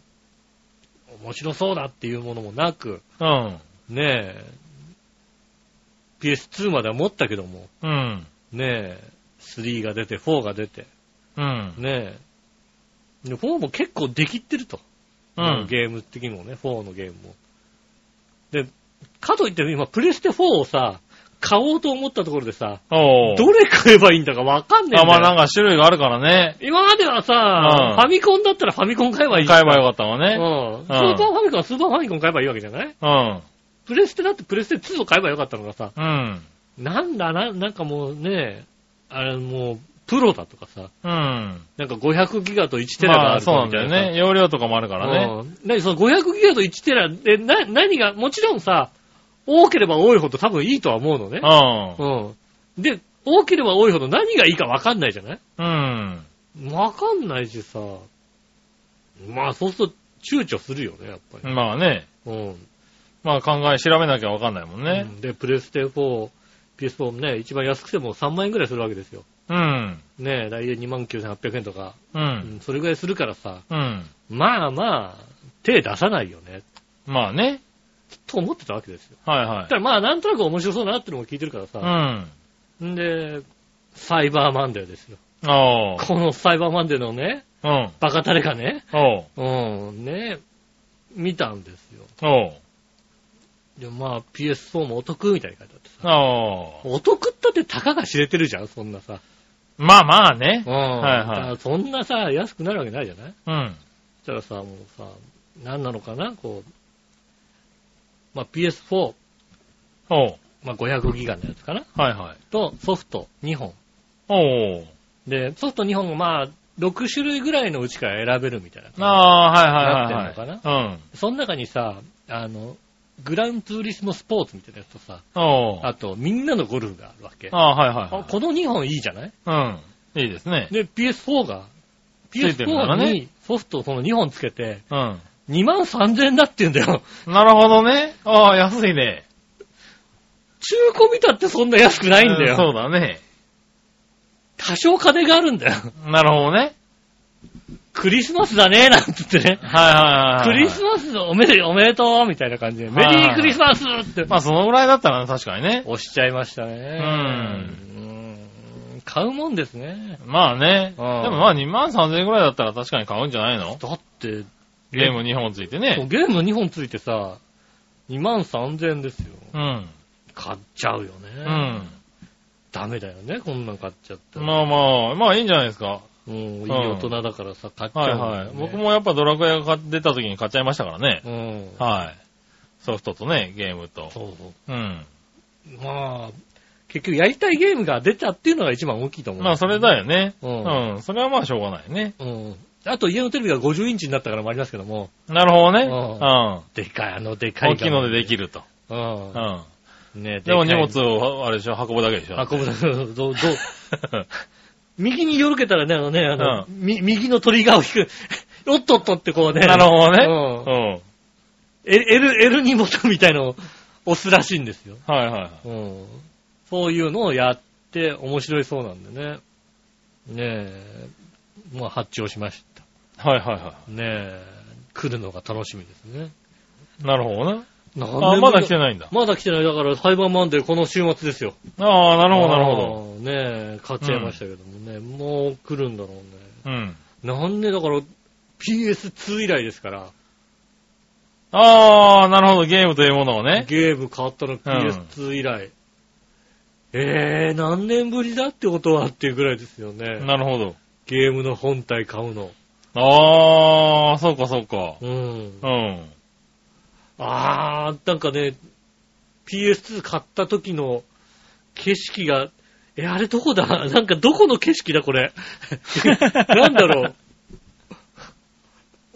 面白そうだっていうものもなく、うん。ねえ、PS2 までは持ったけども、うん。ねえ、3が出て、4が出て、うん。ねえ、で4も結構できってると。うん。ゲーム的にもね、4のゲームも。で、かといって今、プレステ4をさ、買おうと思ったところでさ、おー。どれ買えばいいんだかわかんねえあ、んだまあよ。なんか種類があるからね。今まではさ、うんファミコンだったらファミコン買えばいいじゃん買えばよかったわね。うん。スーパーファミコンはスーパーファミコン買えばいいわけじゃないうん。プレステだってプレステ2を買えばよかったのがさ、うん。なんだな、なんかもうね、あれもう、プロだとかさ、うん。なんか500ギガと1テラがまああ、るそうなんだよみたいね。容量とかもあるからね。なさ。うん。何その500ギガと1テラで、な、何が、もちろんさ、多ければ多いほど多分いいとは思うのねう。ん。うん。で、多ければ多いほど何がいいかわかんないじゃないうん。わかんないしさ、まあそうすると躊躇するよね、やっぱり。まあね。うん。まあ考え、調べなきゃわかんないもんねう。んで、プレステ4、PS4 もね、一番安くても3万円ぐらいするわけですよ。うん。ねえ、大体2万9800円とか、う。うんんそれぐらいするからさ、うん。まあまあ、手出さないよね、まあね。と思ってたわけですよ。はいはだからまあ、なんとなく面白そうなってのも聞いてるからい。うさ、ん。んで、サイバーマンデーですよ。おー。このサイバーマンデーのね、うん。バカタレがね、おうう。ん、ね、見たんですよ。おう。で、まあ、PS4 もお得みたいに書いてあってさ、おう。お得ったってたかが知れてるじゃん、そんなさ。まあまあねうん。。はいはいだからそんなさ、安くなるわけないじゃないうん。そしたらさ、もうさ、何なのかなこう、まあ、PS4、おう。まあ、500ギガのやつかなはいはい。と、ソフト2本。おう。で、ソフト2本がまあ、6種類ぐらいのうちから選べるみたいな。ああ、はいはいはいはい。なってんのうん。その中にさ、あの、グランツーリスモスポーツみたいなやつとさ、おー。あと、みんなのゴルフがあるわけ。あーはいはいあこの2本いいじゃないはい。うん。いいですね。で、PS4 が、ついてるから PS4 ねにソフトをその2本つけて、うん。 2万3000円だって言うんだよ。なるほどね。ああ、安いね。中古見たってそんな安くないんだうよ。そうだね。多少金があるんだよ。なるほどね。クリスマスだねなんて言ってね。はいはいはいはい。クリスマスおめでおめでとうみたいな感じで、メリークリスマスってまあ、そのぐらいだったらね確かにね。押しちゃいましたね。ううーん買うもんですね。まあね。うんでもまあ、2万3000円ぐらいだったら確かに買うんじゃないのだって、ゲーム2本ついてそうね。ゲーム2本ついてさ、2万3000円ですよ。うん。買っちゃうよね。うん。ダメだよね、こんなん買っちゃったら。まあまあ、まあいいんじゃないですか。もういい大人だからさ、買っちゃうはいよはいね。僕。もやっぱドラクエが出た時に買っちゃいましたからね。うん。はい。ソフトとね、ゲームと。そうそうん。う。まあ、結局やりたいゲームが出たっていうのが一番大きいと思う。まあ、それだよね。ううんん。それはまあ、しょうがないね。うん。あと家のテレビが50インチになったからもありますけども、なるほどね。ううんん。でかい、あのでかい。大きいのでできる。ると。う。うんん。ねでもか荷い物を、あれでしょ、運ぶだけでしょ。運ぶだけど、どう、どう、右によろけたらね、あのね、あの、み右のトリガーを引く。 おっとっとってこうね。なるほどね。うんうん。 L、L、L2 ボタンみたいのを押すらしいんですよ。はいはいはい。うん。そういうのをやって面白いそうなんでね。ねえ。まあ発注をしました。はいはいはねえ。来るのが楽しみですね。い。なるほどね。なんであ、まだ来てないんだ。まだ来てない。だからサイバーマンデーこの週末ですよ。ああ、なるほどなるほど。ど。ねえ、買っちゃいましたけどもね。もう来るんだろうね。うん。なんでだから PS2 以来ですから、ああ、なるほど、ゲームというものをね。ゲーム変わったの PS2 以来。えー、何年ぶりだってことはっていうぐらいですよね。なるほど。ゲームの本体買うの。ああ、そうかそうか。うん。うん。あー、なんかね、PS2 買った時の景色が、え、あれどこだ なんかどこの景色だこれ。 なんだろう。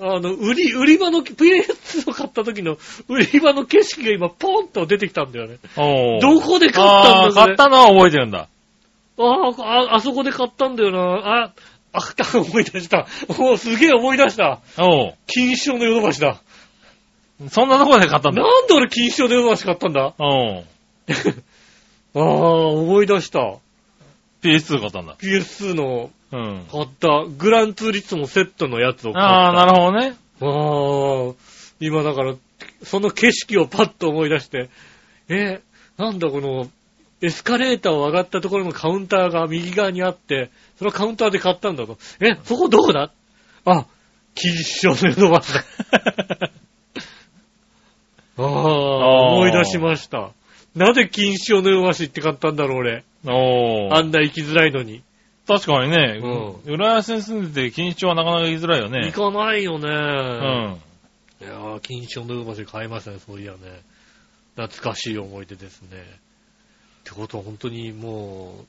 あの、売り、売り場の、PS2 を買った時の売り場の景色が今ポンと出てきたんだよね。おーどこで買ったあんあ、だこ買れっ。たのは覚えてるんだ。あーあ、あそこで買ったんだよな。あ、あ、思い出した。もうすげえ思い出した。お金賞のヨドバシだ。うそんなところで買っなたんんだ。で俺金賞のヨドバシ買ったんだおう ああ、思い出した。 PS2 買ったんだ。 PS2 のうん。買った、グランツーリスモセットのやつを買った。ああ、なるほどね。ああ、今だから、その景色をパッと思い出して、えーなんだこの、エスカレーターを上がったところのカウンターが右側にあって、そのカウンターで買ったんだと。え、そこどこだあ、金賞のヨドバシ だ。ああ、ー思い出しました。なぜ金賞のヨドバシって買ったんだろう、俺。おあー。んな行きづらいのに。確かにね、う浦安に住んでて錦糸町はなかなか行きづらいよね。行かないよね。うん。いやー、金賞の馬で買いましたね、そういやね。懐かしい思い出ですね。ってことは本当にも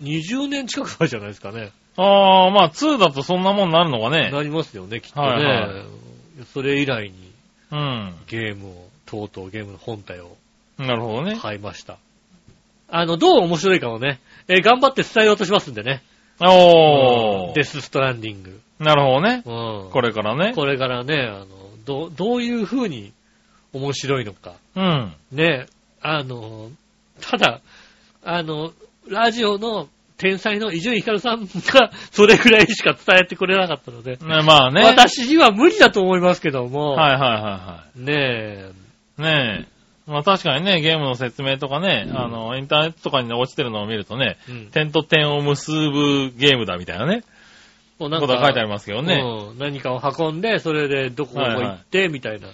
う、20年近く前じゃないですかね。ああ、まあ2だとそんなもんなるのかね。なりますよね、きっとね。はいはそれ以来にうん。ゲームを、とうとうゲームの本体をなるほどね。買いました。あの、どう面白いかをね、えー頑張って伝えようとしますんでね。おー。デスストランディング。なるほどね。うん。これからね。 これからね、あの、どう、どういう風に面白いのか。うん。ね、あの、ただ、あの、ラジオの天才の伊集院光さんがそれぐらいしか伝えてくれなかったので、ねまあね。私には無理だと思いますけども、はいはいはねえ、いはい。ねえ。まあ確かにね、ゲームの説明とかね、あの、インターネットとかに落ちてるのを見るとね、うん点と点を結ぶゲームだみたいなね、こうことが書いてありますけどね。うん何かを運んで、それでどこどこ行って、みたいな。い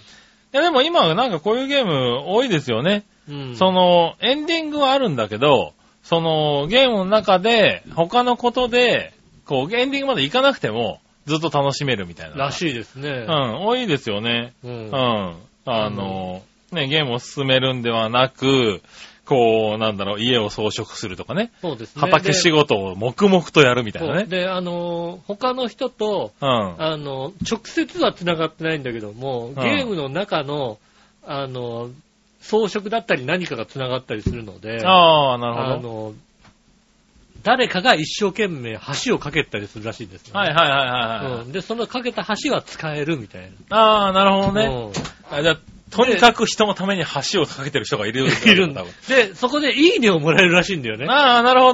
やでも今はなんかこういうゲーム多いですよね。うんその、エンディングはあるんだけど、その、ゲームの中で、他のことで、こう、エンディングまで行かなくても、ずっと楽しめるみたいな。らい。しいですねう。ん、多いですよね。うんうん。あの、ね、ゲームを進めるんではなく、こう、なんだろう、家を装飾するとかね。そうですね。畑仕事事を黙々とやるみたいなね。で、あの、他の人と、うん。あの、直接は繋がってないんだけども、んゲームの中の、あの、装飾だったり何かが繋がったりするので、ああ、なあるほど。の、誰かが一生懸命橋を架けたりするらしいんですよ、はいはいはいはい。はういんで、その架けた橋は使えるみたいああ、なるほどな。ね。うんあじゃあとにかく人のために橋をかけてる人がいる。 いるんだ多分。で、そこでいいねをもらえるらしいんだよね。ああ、なるほ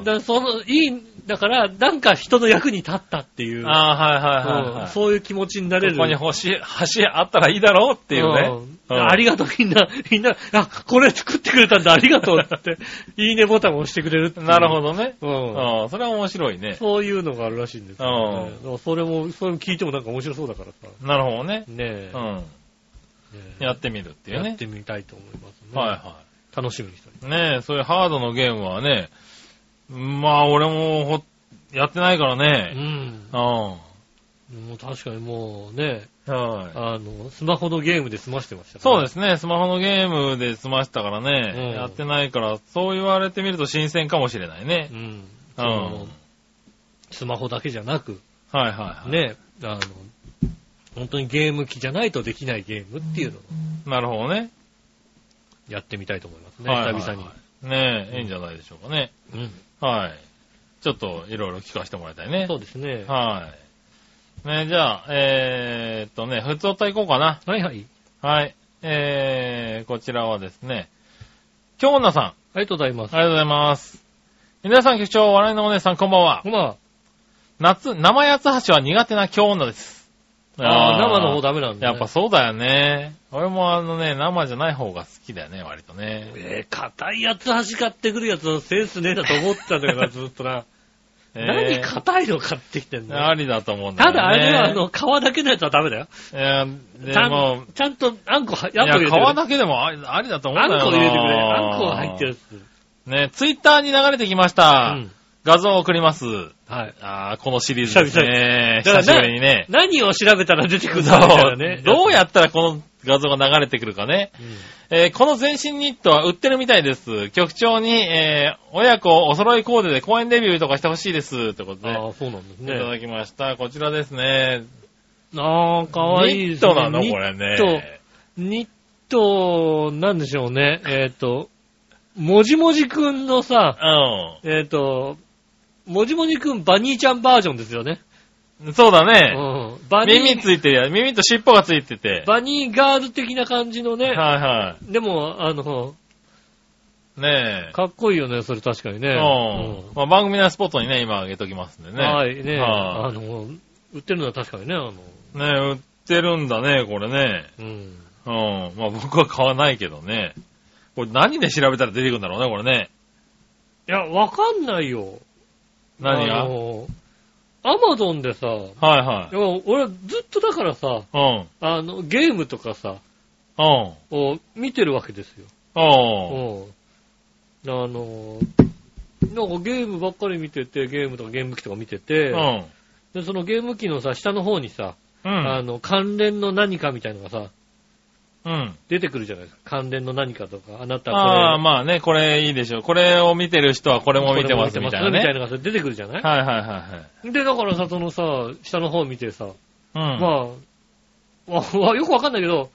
う。うんんだからその、いい、だから、なんか人の役に立ったっていう、ああ、はいはいはい、うはんい。そういう気持ちになれる。ここに橋、橋あったらいいだろうっていうね。うんうんありがとう、みんな、 みんな、あ、これ作ってくれたんだ、ありがとう って、いいねボタンを押してくれるっていうなるほどね。うん。うん、それは面白いね。そういうのがあるらしいんですよ、ね。うんだからそれも、それも聞いてもなんか面白そうだからさ。なるほどね。ねえう。ん。ねえやってみるっていうやっね。てみたいと思いますね。はいは楽しみにしておりい。ねえ、そういうハードのゲームはね、まあ俺もほ、やってないからます。ね。うん。もう確かにもうね、うん。はい。あの、スマホのゲームで済ましてました。そうですすね、スマホのゲームで済ましたからね、うんやってないから、そう言われてみると新鮮かもしれないねう。ん。うそん。のスマホだけじゃなく、はいはいはい。ね、あの、本当にゲーム機じゃないとできないゲームっていうのをなるほどね。やってみたいと思いますね、はいはいはい久々に。ねえ、いいんじゃないでしょうかね。はい。ちょっといろいろ聞かせてもらいたいね。そうですね。はい。ね、じゃあ、えー、っとね、普通おったいこうかな。はいはい。はい。えー、こちらはですね、京女さん、あありがとうございます。りがとうございます。皆さん局長、笑いのお姉さん、こんばんは。ま夏、生八つ橋は苦手な京女です。あ、ああー生の方ダメなんだ、やね。っぱそうだよね。俺もあのね、生じゃない方が好きだよね、割とね。えー、硬いやつ端買ってくるやつのセンスねえなと思ってたんだから、ずっとな。何か硬いの買ってきてんのありだと思うんだたよね。だあれは、あの、皮だけのやつはダメだよ。いや、ちゃでもん、ちゃんとあんこは、いや、あんこ入れてくれ皮だけでもありありだと思うあんだんよなこ入れてくれ。あんこが入ってるやつ。ね、ツイッターに流れてきましうた。ん。画像を送ります。はい。あーこのシリーズですね。久々久にしぶりにね。何を調べたら出てくるんだそうろうね。どうやったらこの画像が流れてくるかね。うんえーこの全身ニットは売ってるみたいです。局長に、えー親子お揃いコーデで公演デビューとかしてほしいです。ってことで、ああ、そうなんですいたね。だきました。こちらですね。ああ、かわいいニでッすね。トなのこれね。ニット、なんでしょうね。えっ、と、もじもじくんのさ、えっ、と、もじもじくんバニーちゃんバージョンですよね。うん。そうだうね。ん。バニ耳ー、ついてるや耳と尻尾がついてて。バニーガール的な感じのね。はいはでも、あの、い。ねえ。かっこいいよね、それ確かにね。うんまあ、番組のスポットにね、今あげときますんでうんね。はい、ね、はあの、売ってるのは確かにね、あの、い。ね売ってるんだね、これね。うん。うん。まあ僕は買わないけどね。これ何で調べたら出てくるんだろうね、これね。いや、わかんないよ。何があはいの、アマゾンでさ、はでも俺ずっとだからさ、い。うん。あの、ゲームとかさ、うん。を見てるわけですよ。ううん。ん。あの、なんかゲームばっかり見てて、ゲームとかゲーム機とか見てて、うん。で、そのゲーム機のさ、下の方にさ、うあん。の、関連の何かみたいのがさ、うん。出てくるじゃないですか。関連の何かとか、あなたこれ、ああ、まあね、これいいでしょう。これを見てる人はこれも見てますみたいなこれも見てますみたいなね。のがさ、出てくるじゃない、はいはいはで、だからさ、そのさ、下の方見てさ、いはい。うん。まあ、わわよくわかんないけど、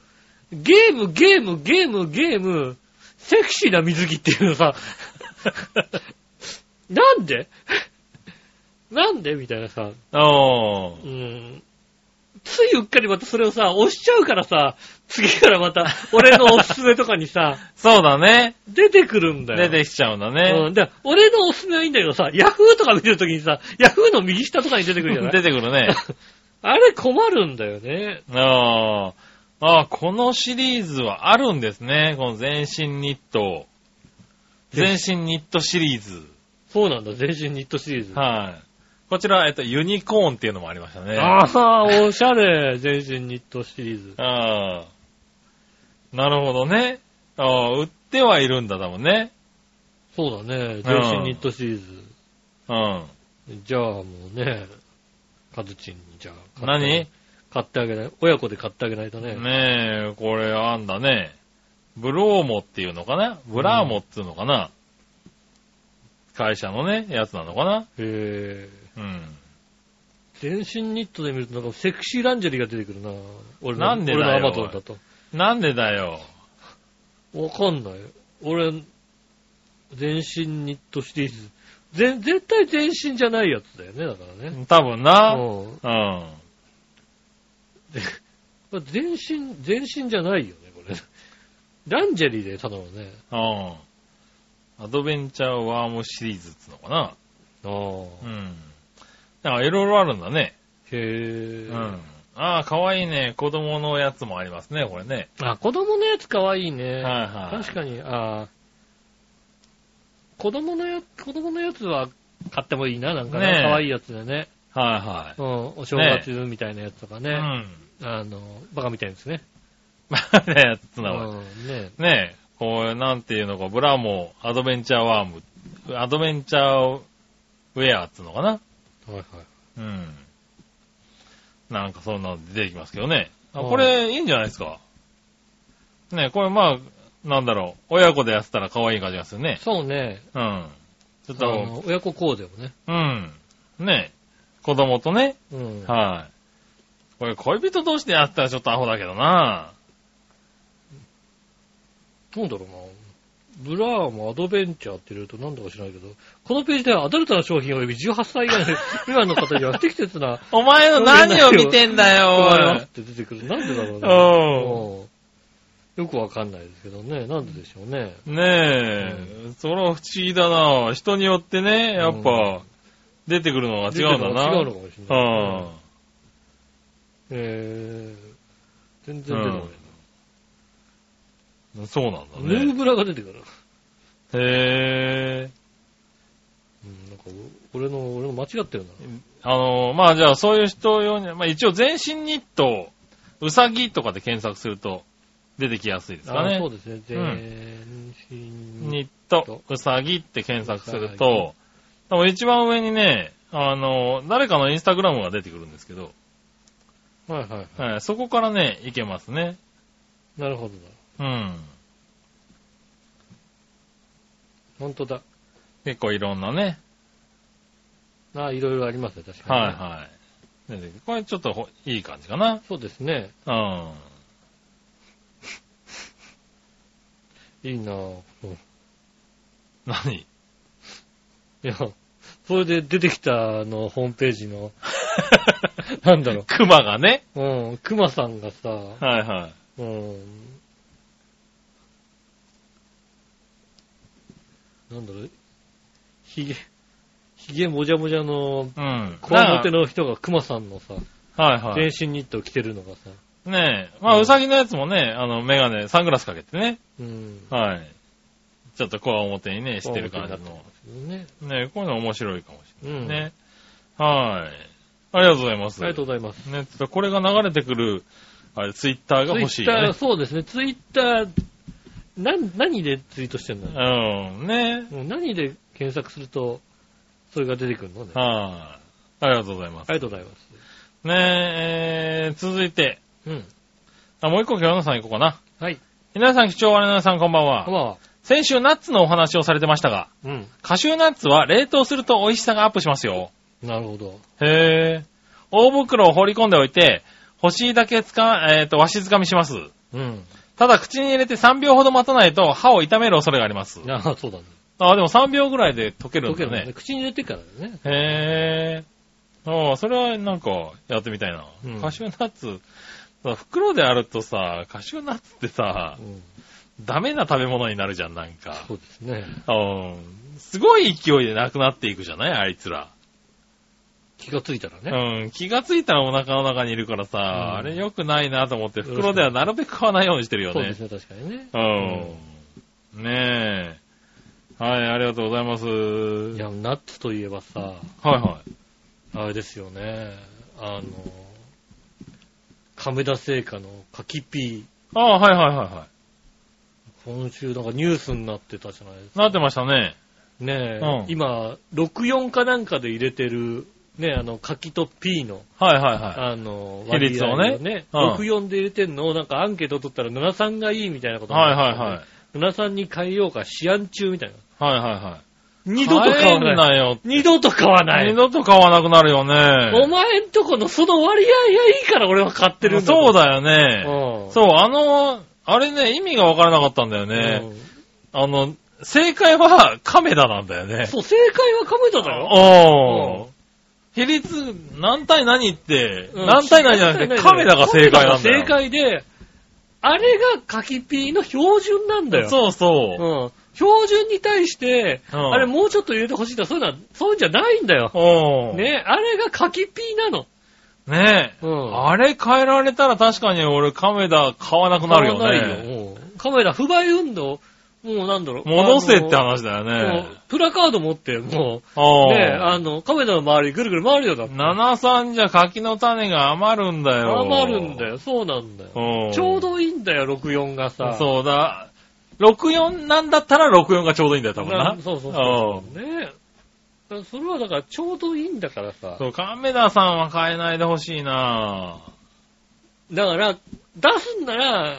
ゲーム、ゲーム、ゲーム、ゲーム、セクシーな水着っていうのさ、 なんで なんでみたいなさ、おーうん。ついうっかりまたそれをさ、押しちゃうからさ、次からまた、俺のおすすめとかにさ、そうだね。出てくるんだよ。出てきちゃうんだうね。ん。で、俺のおすすめはいいんだけどさ、ヤフーとか見てるときにさ、ヤフーの右下とかに出てくるじゃな出いてくるね。 あれ困るんだよね。ああ。ああ、このシリーズはあるんですね。この全身ニット。全身ニットシリーズ。そうなんだ、全身ニットシリーズ。はい。こちら、えっと、ユニコーンっていうのもありましたね。あああ、おしゃれ、全身ニットシリーズ。あ。なるほどね。ああ、売ってはいるんだ、多分ね。そうだね、全身ニットシリーズ。うん。じゃあもうね、カズチンにじゃあ買って何買ってあげない。親子で買ってあげないとね。ねえ、これあんだね。ブローモっていうのかなブラーモっていうのかな、会社のね、やつなのかなへえ。うん。全身ニットで見るとなんかセクシーランジェリーが出てくるな。俺のなんでだよ俺のアマゾンだと。なんでだよ。わかんない。俺、全身ニットシリーズ。ぜ絶対全身じゃないやつだよね、だからね。多分な。うんうん。まあ 全身、全身じゃないよね、これ。ランジェリーで、ただのね。うん。アドベンチャーワームシリーズってのかな。ああ。うん。だからいろいろあるんだね。へえ。うん。ああ、かわいいね。子供のやつもありますね、これね。あ、子供のやつかわいいね。はいはい。確かに、ああ。子供のやつ、子供のやつは買ってもいいな、なんかね。ねえかわいいやつでね。はうん、お正月みたいなやつとかいね。はい。うん。 あの、バカみたいですね。まあね、やつなの。うん、ねねえ、こう、なんていうのか、ブラもアドベンチャーワーム、アドベンチャーウェアっつうのかな。はいはい。うん。なんかそんなの出てきますけどね。あうんこれ、いいんじゃないですか。ねえ、これまあ、なんだろう、親子でやってたら可愛い感じがするね。そうね。うん。ちょっあと、の親子コーデをね。うん。ねえ、子供とね、うん。はい。これ恋人同士でやったらちょっとアホだけどな。なんだろうな。ブラーもアドベンチャーって入れるとなんだか知らないけど、このページではアダルトな商品及び18歳以外の 今の方には不適切 なお前の何を見てんだ行わよ、って出てくる。なんでだろうおね。うんよくわかんないですけどね。なんででしょうね。おい。ねえ、それは不思議だな。人によってね、やっうぱ、出てくるのが違うんだな。違うのかもしれうない。ん。えー、全然出てこないそうなんだな。ヌーね。ブラが出てくる。へえ。うんなんか、俺の、俺の間違ってるな。あの、まあじゃあそういう人用に、まあ一応全身ニット、うさぎとかで検索すると出てきやすいですかあねそ。うですね。全身ニット、うさぎって検索すると、でも一番上にね、あの、誰かのインスタグラムが出てくるんですけど、はいはいはい。はいそこからね、いけますね。なるほどな。うん。本当だ。結構いろんなね。ああ、いろいろありますね、確かはに。いはい。出てくるこれちょっとほいい感じかな。そうですね。うん。いいなぁ。うん何いや、それで出てきたあのホームページの、 なんだろクマがね。う、うん、熊さんがさ、はいはい。うん、なんだろう、ひげ、ひげもじゃもじゃの、うん。こわもての人が熊さんのさ、はいは全い。身ニットを着てるのがさ、ねえ。まあ、うさぎのやつもね、あの、メガネ、サングラスかけてね。うん、はい。ちょっとコア表にね、してる感こじわのも。てになってますけねえ、こういうの面白いかもしどね。うれん。ないね。はい。ありがとうございます。ありがとうございます。ね、ちょっとこれが流れてくる、あれ、ツイッターが欲しいツイッタねー、。そうですね。ツイッター、なん何でツイートしてんのうん、ね。もう何で検索すると、それが出てくるのね。あはい。ありがとうございます。りがとうございます。ねえ、続いて、うん。あ、もう一個、今日のさん行こうかな。はい。皆さん、貴重な皆さん、こんばんこんは。ばんは。先週、ナッツのお話をされてましたが、うん。カシューナッツは冷凍すると美味しさがアップしますよ。なるほど。へえ。大袋を放り込んでおいて、欲しいだけつか、えっ、と、わしづかみします。うん。ただ、口に入れて3秒ほど待たないと歯を痛める恐れがあります。ああ、そうだね。あ、でも3秒ぐらいで溶けるん溶けだるね。ね。口に入れてからだね。へえ。ああ、それはなんか、やってみたいな。うんカシューナッツ、さ袋であるとさ、カシューナッツってさう、ん。ダメな食べ物になるじゃん、なんか。そうですね。うん。すごい勢いでなくなっていくじゃないあいつら。気がついたらね。うん。気がついたらお腹の中にいるからさ、あれ良くないなと思って、袋ではなるべく買わないようにしてるよそうでねす。ね、確かにね。うん。ねえ。はい、ありがとうございます。いや、ナッツといえばさ、はいはい。あれですよね。あの、亀田製菓の柿ピー、ああ、はいはいはいは今週なんかニュースになってたじゃないですかい。なってましたね。ねえ、うん今、64かなんかで入れてる、ね、あの、柿と P の、はいはいはい。あの、比率をね割合ね、うん64で入れてんのを、なんかアンケート取ったら73がいいみたいなことにはないはいってはい。 73に変えようか、試案中みたいな。はいはいは二度と買わ帰んない。なよ。二度と買わない二。度と買わなくなるよおね。前んとこのその割合がいいから俺は買ってるんだそうだ。だよね。うん。そう、あの、あれね、意味がわからなかったんだよね。あの、正解はカメラなんだようんね。そう、正解はカメラだよ。うおー。比率、何対何って、うん何対何じゃなくてカメラが正解なんだよ。カメラが正解で、あれがカキピーの標準なんだよ。そうそう。うん。標準に対して、うんあれもうちょっと入れてほしいとか、そういうのは、そういうんじゃないんだよ。おー。ね、あれがカキピーなの。ねえ。うん。あれ変えられたら確かに俺カメラ買わなくなるよね。よ。うんカメラ不買運動、もうなんだろう。戻せってあの話だよもねう。プラカード持って、もう、おー。ね、あの、カメラの周りぐるぐる回るよだって。 73じゃ柿の種が余るんだよ。余るんだよ。そうなんだよ。うん。ちょうどいいんだよ、64がさ。そうだ。64なんだったら64がちょうどいいんだよ、多分なな。そうそうそう。ねえ。だそれはだからちょうどいいんだからさ。そう、亀田さんは変えないでほしいなだから、出すんなら、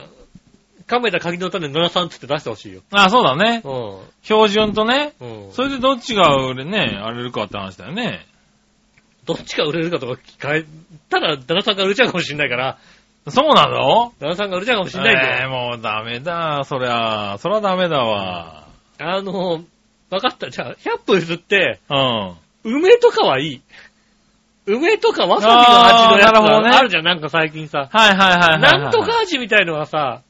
カメラ鍵の種73つって出してほしいよ。あ、そうだね。う標準とね。ん。うん。それでどっちが売れね、荒れるかって話だよね。どっちが売れるかとか変えたら、旦那さんが売れちゃうかもしんないから、そうなの旦那さんが売れちゃうかもしんないけど、えー、もうダメだ、そりゃ。そりゃダメだわ。あの、分かった。じゃあ、100歩譲って、うん。梅とかはいい。梅とかわさびの味のやつあーなるほどねがあるじゃん、なんか最近さ。はいはいはいはいはい。なんとか味みたいのはさ、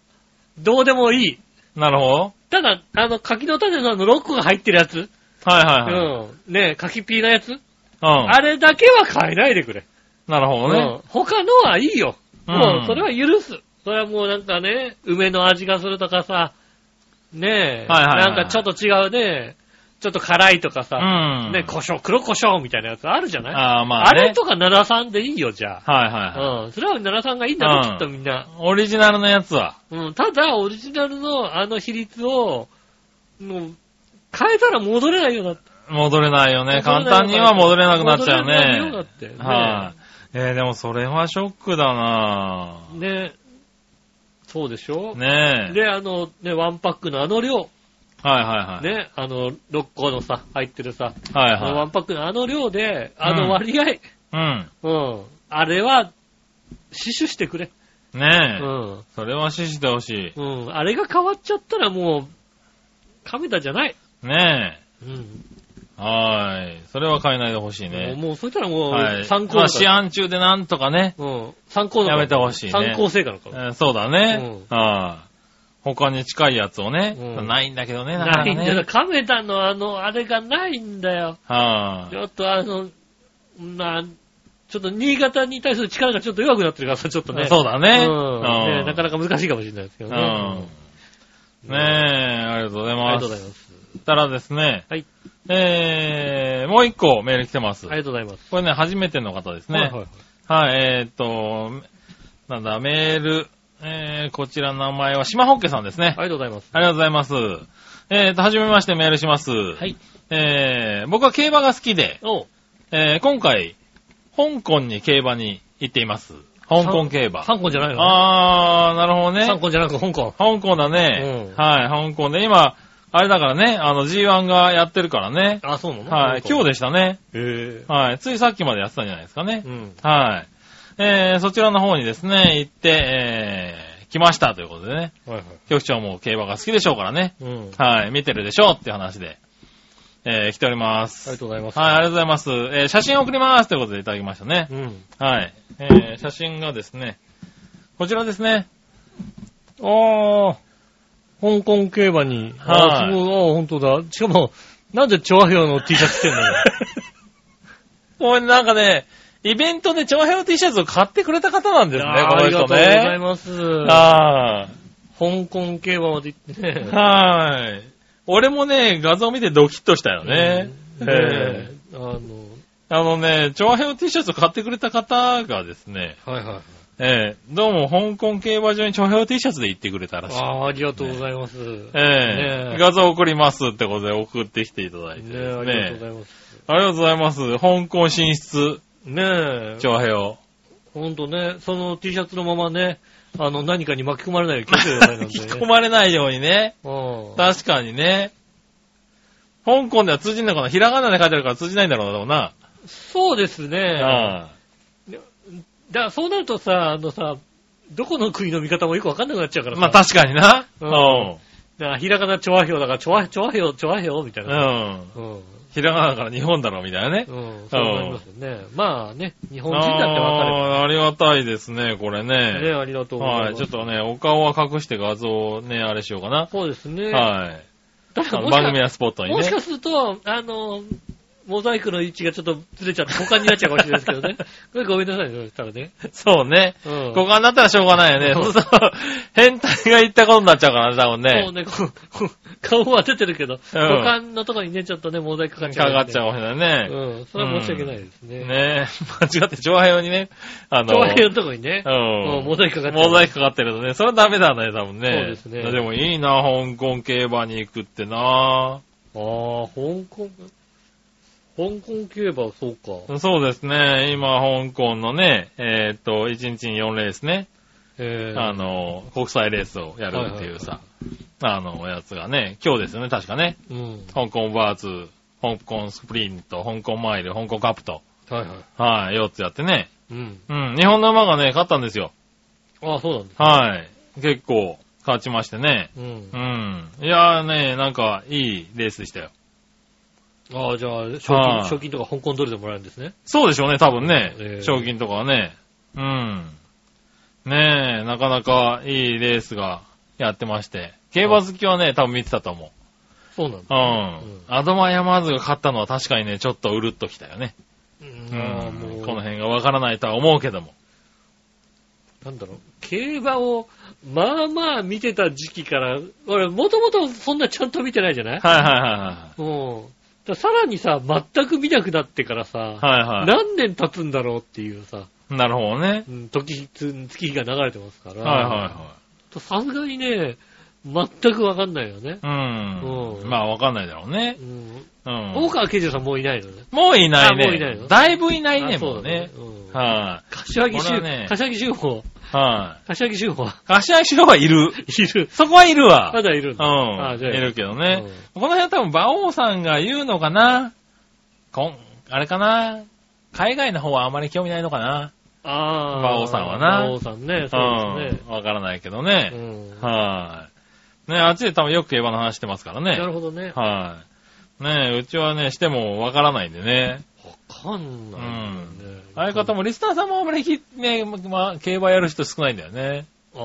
どうでもいい。なるほど。ただ、あの、柿の種のあの6個が入ってるやつ、はいはいはい。うん。ねえ、柿ピーのやつ、うん。あれだけは買えないでくれ。なるほどね。うん他のはいいよ。うんもう、それは許す。それはもうなんかね、梅の味がするとかさ、ねえ、はいはいはいなんかちょっと違うね、ちょっと辛いとかさ、うん。ね、胡椒、黒胡椒みたいなやつあるじゃないああ、まああね。れとか73でいいよ、じゃはいはいはい。あ。うん。それは73がいいんだろ、うんきっとみんな。オリジナルのやつは。うん。ただ、オリジナルのあの比率を、もう、変えたら戻れないよだって。戻れないよ戻れね。ない簡単には戻れなくなっちゃう戻れないよだっね。て。ねはい、えー、でもそれはショックだなぁねそうでしょねえ。で、あの、ね、ワンパックのあの量、はいはいはい。ね、あの、6個のさ、入ってるさ、はいあのワはンパックのあの量で、あの割合、い。うん。うん、あれは、死守してくれ。うねえ。ん。それは死してほしうん。あれが変わっちゃったらもう、亀田じゃない。い。ねうん。え。はーい。それは変えないでほしいね。もう、そしたらもう、はい。参考まだあ、か試ら。案中でなんとかね。うん。参考だから。やめてほしいね参考成果だかえら。ーそうだね。うああ他に近いやつをね。うんないんだけどね、なかななかいんだよ。ね。亀田のあの、あれがないんだよ。はちい。ょっとあの、な、ちょっと新潟に対する力がちょっと弱くなってるからさ、ちょっとね。そうだね。うんねなかななか難しいかもしれないですけどね。うん。ねえ、ありがとうございありまがとうすご。ざいます。たらですね、はい。えー、もう一個メール来てます。ありがとうございます。これね、初めての方ですね。はいはいはい、えーっと、なんだ、メール、えー、こちらの名前は、島ホッケさんですね。ありがとうございます。ありがとうございます。えーっと、はじめましてメールします。はは。い。えー、僕は競馬が好きで、おうえー、今回、香港に競馬に行っています。香港競馬。香港じゃないのあー、なるほどね。香港じゃなく香港。香港だね。うんはい、香港で。今、あれだからね、あの G1 がやってるからね。あ、そうなのはい、今日で。でしたね。へはい、ついさっきまでやってたんじゃないですかねえ。。うん。はい。えー、そちらの方にですね、行って、えー、来ましたということでね。はいはい。局長も競馬が好きでしょうからね。うん。はい、見てるでしょうっていう話で、えー、来ておりまありがす。とうございます。はい、ありがとうございます。えー、写真送りますということでいただきましたね。うん。はい。えー、写真がですね、こちらですね。おー、香港競馬に。はあ、いすごい。あ、本当だ。しかも、なんで調和票の T シャツ着てん のよ。もうなんかね、イベントで長編の T シャツを買ってくれた方なんですね、あこーあのりがと人うございね。ます。あ香港競馬まで行ってね。ーはーい。俺もね、画像見てドキッとしたよね。うんえーであの、あのね、長編の T シャツを買ってくれた方がですね、はいはい。えーどうも香港競馬場に長編の T シャツで行ってくれたらしい。ああ、ありがとうございます。ねえねーえ画像送りますってことで送ってきていただいてですえ、ありがとうございます。ありがとうございます。香港進出、ねえ、長平を。ほんとね、その T シャツのままね、あの、何かに巻き込まれないように気をつけてくださいなん引きで込ね。まれないようにね。うん確かにね。香港では通じんのかなひらがなで書いてあるから通じないんだろうな、でもな。そうですね。あだからそうなるとさ、あのさ、どこの国の見方もよくわかんなくなっちゃうからさ。あまあ確かにな。ううんん。だからひらがな調和表だから、調和、調和表、調和表みたいうな。ん。うん。うん。ひらがなだから日本だろ、みたいなね。そうなりますよね。まあね、日本人だってわかる。あーありがたいですね、これね、ね。ありがとうござはいい。ます。ちょっとね、お顔は隠して画像をね、あれしようかな。そうですね。はい。だからあのもし番組かやスポットにもしね。かすると、あの、モザイクの位置がちょっとずれちゃって、他になっちゃうかもしれないですけど ね。これごめんなさいね、そしたらね。そうね。うん。股間だったらしょうがな いよね。うそんうそう。変態が言ったことになっちゃうからね、多分そうね。ね、こうこう顔は出てるけど、股間のとこにね、ちょっとね、モザイクかかっちゃうかんで。かっちゃうかもしれないね。うん、それは申し訳ないですね。ね え。間違って、上辺用にね、あの、調和表のとこにね。ううんん。モザイクかかっちゃうモザイクかかってるとね、それはダメだね、多分ね。そうですねでもいいな、香港競馬に行くってなああ、香港、香港競馬、そうか。そうですね。今、香港のね、えーっと、1日に4レースね、えー、あの、国際レースをやるっていうさ、あの、やつがね、今日ですよね、確かね。うん。香港バーツ、香港スプリント、香港マイル、香港カップと、はいははい、4つやってね。い。うん。うん、日本の馬がね、勝ったんですよ。ああ、そうなんだ。はい。結構、勝ちましてね。うんう。ん。いやーね、なんか、いいレースでしたよ。ああ、じゃあ、賞は金、い賞金とか香港ドルでもらえるんですね。そうでしょうね、多分ね。えー賞金とかはね。うん。ねえ、なかなかいいレースがやってまして。競馬好きはね、多分見てたと思う。そうなんうだ。んん。アドマイヤマーズが勝ったのは確かにね、ちょっとうるっときたよね。うんうまあ、んもう、この辺がわからないとは思うけども。なんだろう。競馬を、まあまあ見てた時期から、俺、もともとそんなちゃんと見てないじゃないはいはいはいはうん。ださらにさ、全く見なくなってからさ、い。はいは何年経つんだろうっていうさ、い。なるほどね。うん、時、つ月日が流れてますから。はいはとさすがにね、全くわかんないよね。いはい。う。うんんまあわかんないだろうねう。ん。うん。大川慶次郎さんもういないのね。もういないあもういないね。のだいぶいないね、あもうね。。そうだうんは柏木これ修、はね柏木修法、い。はい。柏木修法は柏木白はいる。いる。そこはいるわ。まだいるんうだ。ん。あいじゃあるけどね。この辺は多分、馬王さんが言うのかなこん、あれかな海外の方はあまり興味ないのかなああ。馬王さんはな馬王さんね、そうですね。ん。わからないけどうね。んはい。ね、あっちで多分よく競馬の話してますからなるね。ほどね。わはい。ねうちはね、してもわからないんでね。かんないよね。相方もリスナーさんもあまりき、ね、まあ、競馬やる人少ないんだよね。ああ、う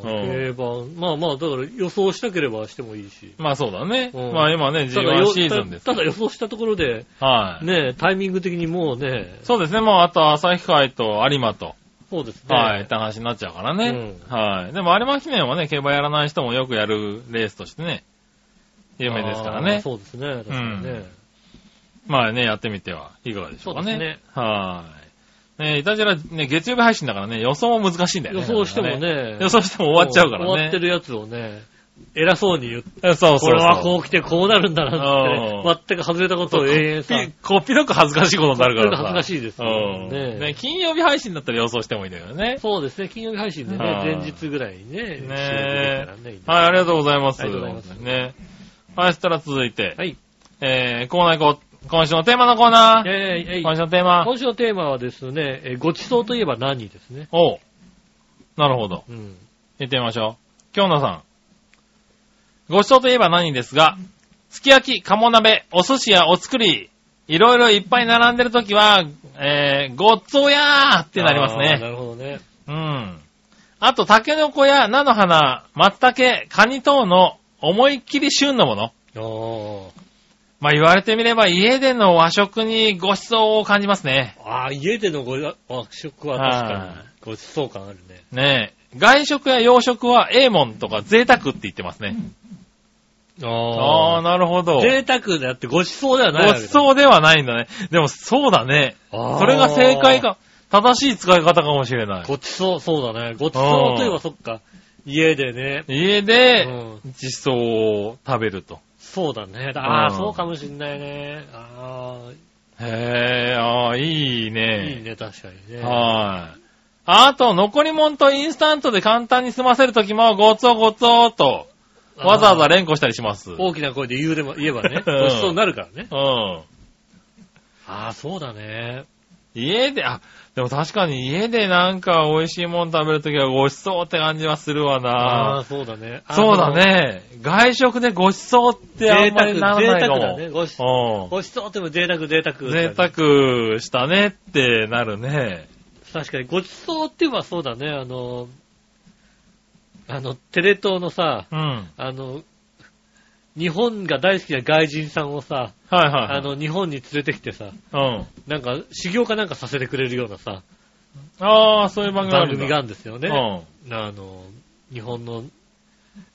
ん定番。まあまあ、だから予想したければしてもいいし。まあそうだね。うんまあ今ね、ただよ G1 シーズンですた。だ予想したところで、はい。ね、タイミング的にもうね、そうですね。もうあと、朝日会と有馬と、そうですね。はい、って話になっちゃうからね。うはい。でも有馬記念はね、競馬やらない人もよくやるレースとしてね、有名ですからあーね。そうですね。確かにね。まあね、やってみてはいかがでしょうかね。そうですねはい。ねいたじら、ね、月曜日配信だからね、予想も難しいんだよね。予想してもなんかね。予想しても終わっちゃうからね。終わってるやつをね、偉そうに言って、えそうそうそう。これはこう来てこうなるんだなっうてね、全く外れたことを永遠さ。ピこっぴどく恥ずかしいことになるからさ。恥ずかしいですようん。ねね、金曜日配信だったら予想してもいいんだよね。そうですね、金曜日配信でね、はい前日ぐらいにね、収録できねたらねいいですはい、ありがとうございます。ありがとうございますね。はい、そしたら続いて、はい。えー、コーナー行こう。今週のテーマのコーナー。えーえー今週のテーマ。今週のテーマはですね、えーごちそうといえば何ですね。おうなるほど。うん。行ってみましょう。京奈さん。ごちそうといえば何ですが、すき焼き、鴨鍋、お寿司やお作り、いろいろいっぱい並んでるときは、えー、ごっつおやーってなりますあーね。なるほどね。うん。あと、タケノコや菜の花、松茸、カニ等の思いっきり旬のもの。あーまあ言われてみれば家での和食にご馳走を感じますね。あー、家でのご和食は確かはいにごちそう感あるね。ねえ。外食や洋食はエーモンとか贅沢って言ってますね。ああー、あなるほど。贅沢であってごちそうではないごわけだ馳走ではないんだね。でもそうだね。あーそれが正解か、正しい使い方かもしれない。ごちそう、そうだね。ごちそうといえばそっか。家でね。家うでん。実装を食べると。そうだね。ああ、うんそうかもしんないね。あへえ、ああ、いいあ、いいね。ね、確かにね。はい。あと、残り物とインスタントで簡単に済ませるときも、ごつおごつおと、わざわざ連呼したりします。うん。大きな声で言うでも、言えばね、うんごちそうになるからね。ああ、そうだね。家で、あ、でも確かに家でなんか美味しいもの食べるときはごちそうって感じはするわああなー、そうだね。あーそうだ。ね。外食でごちそうってあんまりならないか贅沢だも。ねごちうんごちそうっても贅沢贅沢、贅沢したねってなるね。確かに、ごちそうって言えばそうだね、あの、あの、テレ東のさ、うん。はいあの、日本が大好きな外人さんをさ、はいはい。あの、日本に連れてきてさ、うん。なんか、修行かなんかさせてくれるようなさ、ああ、そういう番組あ番るんだ組があるんですよね。うん。あの、日本の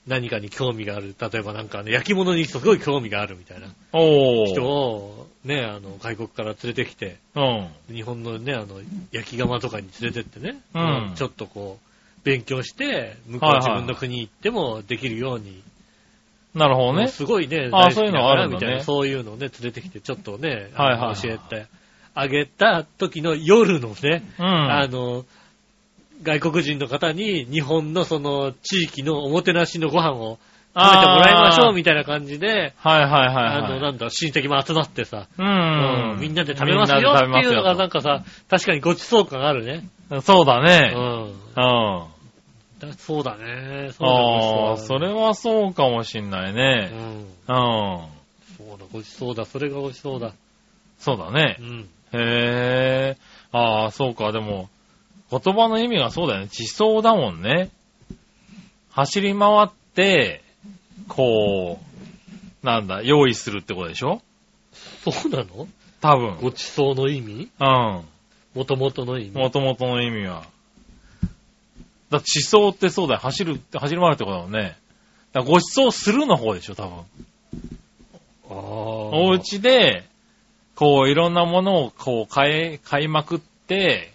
何かに興味がある、例えばなんかね、焼き物にすごい興味があるみたいなおー。人を、ね、あの、外国から連れてきて、うん。日本のね、あの、焼き窯とかに連れてってね、うんちょっとこう、勉強して、向こうはいはい自分の国行ってもできるように、なるほどね。すごいね、あ大ー好きだからみたそういうのあるんだいな、ねそういうのをね、連れてきて、ちょっとね、はいはいあの教えてあげた時の夜のね、うん。あの、外国人の方に日本のその地域のおもてなしのご飯を食べてもらいましょうみたいな感じで、はいはいはい、はい。あの、なんだ、親戚も集まってさ、うん、みんなで食べますよっていうのがなんかさ、確かにごちそう感あるね。そうだうね。ん。うん。あだそうだね。そうだあー、それは、はそうかもしんないうん。ね。うん。そうだ、ごちそうだ。それがごちそうだ。そうだねう。ん。へえ。ああ、そうか。でも、言葉の意味がそうだよね。地層だもんね。走り回って、こう、なんだ、用意するってことでしょそうなの多分。ごちそうの意味うん。もともとの意味元々の意味は。だ地層ってそうだよ。走る、走り回るってことだもんね。だごちそうするの方でしょ、多分。ああ。おお家で、こう、いろんなものをこう、買い、買いまくって、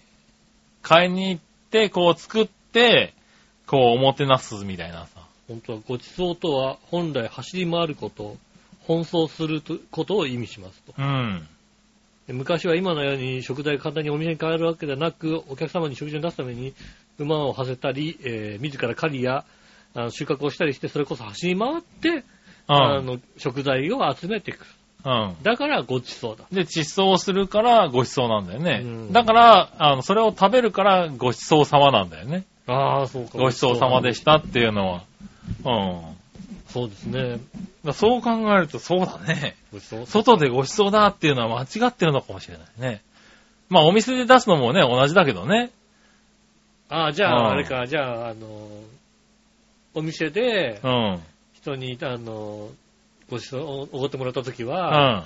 買いに行って、こう、作って、こう、おもてなすみたいなさ。本当はごちそうとは本来走り回ること、奔走するとことを意味しますと。うん。で昔は今のように食材を簡単にお店に変えるわけではなく、お客様に食事を出すために馬を馳せたり、えー自ら狩りやあの収穫をしたりして、それこそ走り回って、うあん。の食材を集めていく。うん。だからごちそうだ。で、地層をするから、ごちそうなんだよね。うんだから、あの、それを食べるから、ごちそうさまなんだよね。ああ、そうか。ごちそうさまでししたっていうのは。うん。だかた。そうですね。らそう考えると、そうだね。ごちそう。外でごちそうだっていうのは間違ってるのかもしれないね。まあ、お店で出すのもね、同じだけどね。ああ、じゃあ、あうんれか、じゃあ、あの、お店でうん。人に、あの、ごちそう、おごってもらったときうは、ん。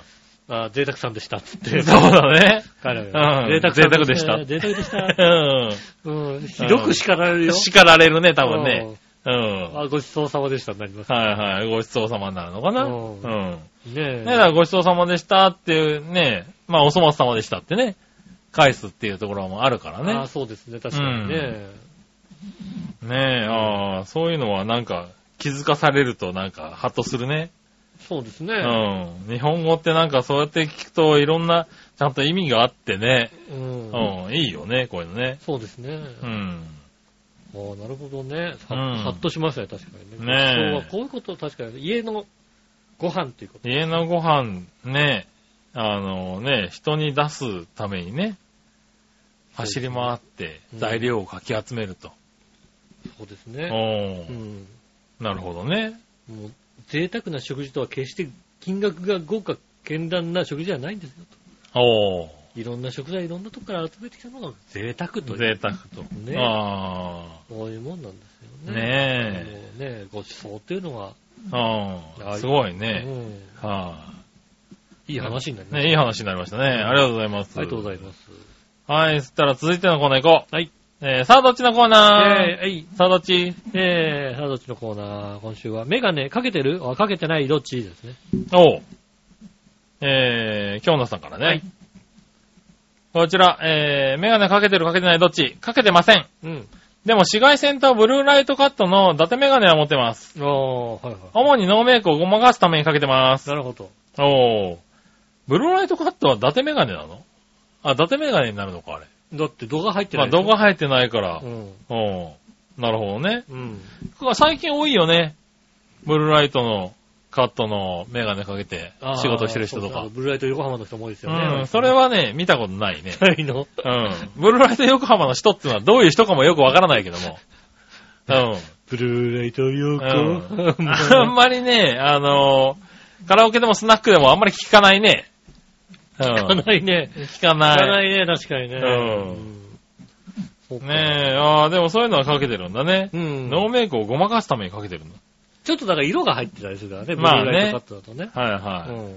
あー贅沢さんでしたっつっ そて。うだね。彼うはん贅沢さんね贅贅沢でした。ううん。ひどく叱られるん。よ。叱られるね、多分ね。うん。うん。はあ、ごちそうさまでしたになります。いはい。ごちそうさまになるのかな。ううんん。ねねだえ。からごちそうさまでしたっていうね、まあ、お粗末さまでしたってね、返すっていうところもあるからあねー。そうですね、確かにね。ねえ、ああ、そういうのはなんか、気づかされるとなんか、ハッとするね。そうですうね。ん。日本語ってなんかそうやって聞くといろんな、ちゃんと意味があってね。うん。うん、いいよね、こういうのね。そうですね。うん。あーなるほどね。はうんはっとしますね、確かにね。ねえそうはこういうこと、確かに。家のご飯っていうこと。家のご飯ね、あのね、人に出すためにね、走り回ってうん材料をかき集めると。そうですう。ね。うんん。なるほどね。もう、贅沢な食事とは決して金額が豪華絢爛な食事じゃないんですよ。おー。いろんな食材いろんなとこから集めてきたものが贅沢という。贅沢と。ねあこういうもんなんですあ。よね。ねもうね、ごちそうっていうのは、え。あはあ。いすごいうね。んはいい話になりい。ました。ね、いい話になりましたね。ありがとうございます。ありがとうございいます。ます。はい、そしたら続いてのコーナー行こう。はい。えー、さあどっちのコーナーえー、はい。さあどっちえー、さあどっちのコーナー、今週は、メガネかけてるあ、かけてないどっちですね。おう。えー、京奈さんからね。はいこちら、えー、メガネかけてるかけてないどっちかけてません。うん。でも紫外線とブルーライトカットの伊達メガネは持ってます。ああ、はいはい。主にノーメイクをごまかすためにかけてます。なるほど。おー。ブルーライトカットは伊達メガネなのあ、伊達メガネになるのか、あれ。だって動画入ってまなあ、いでしょ。動画入ってないから。うん。おー。なるほどね。うん。ここは最近多いよね。ブルーライトのカットのメガネかけてあー仕事してる人とそうかそ。うブルーライト横浜の人も多いですよね。うん、それはね、見たことないね。ないの。 うん。ブルーライト横浜の人ってのはどういう人かもよくわからないけども。 うん。 ブルーライト横うん、あん浜。まりね、あのカラオケでもスナックでもあんまり聞かないね。うん。聞かないね。 聞か聞ない。かないね、確かにね。うんんそうかねえ、ああ、でもそういうのはかけてるんだね。うん。ノーメイクをごまかすためにかけてるんだ。ちょっとだから色が入ってたりするからね、ブルまあねーライトカットだとね。はいうん。はい。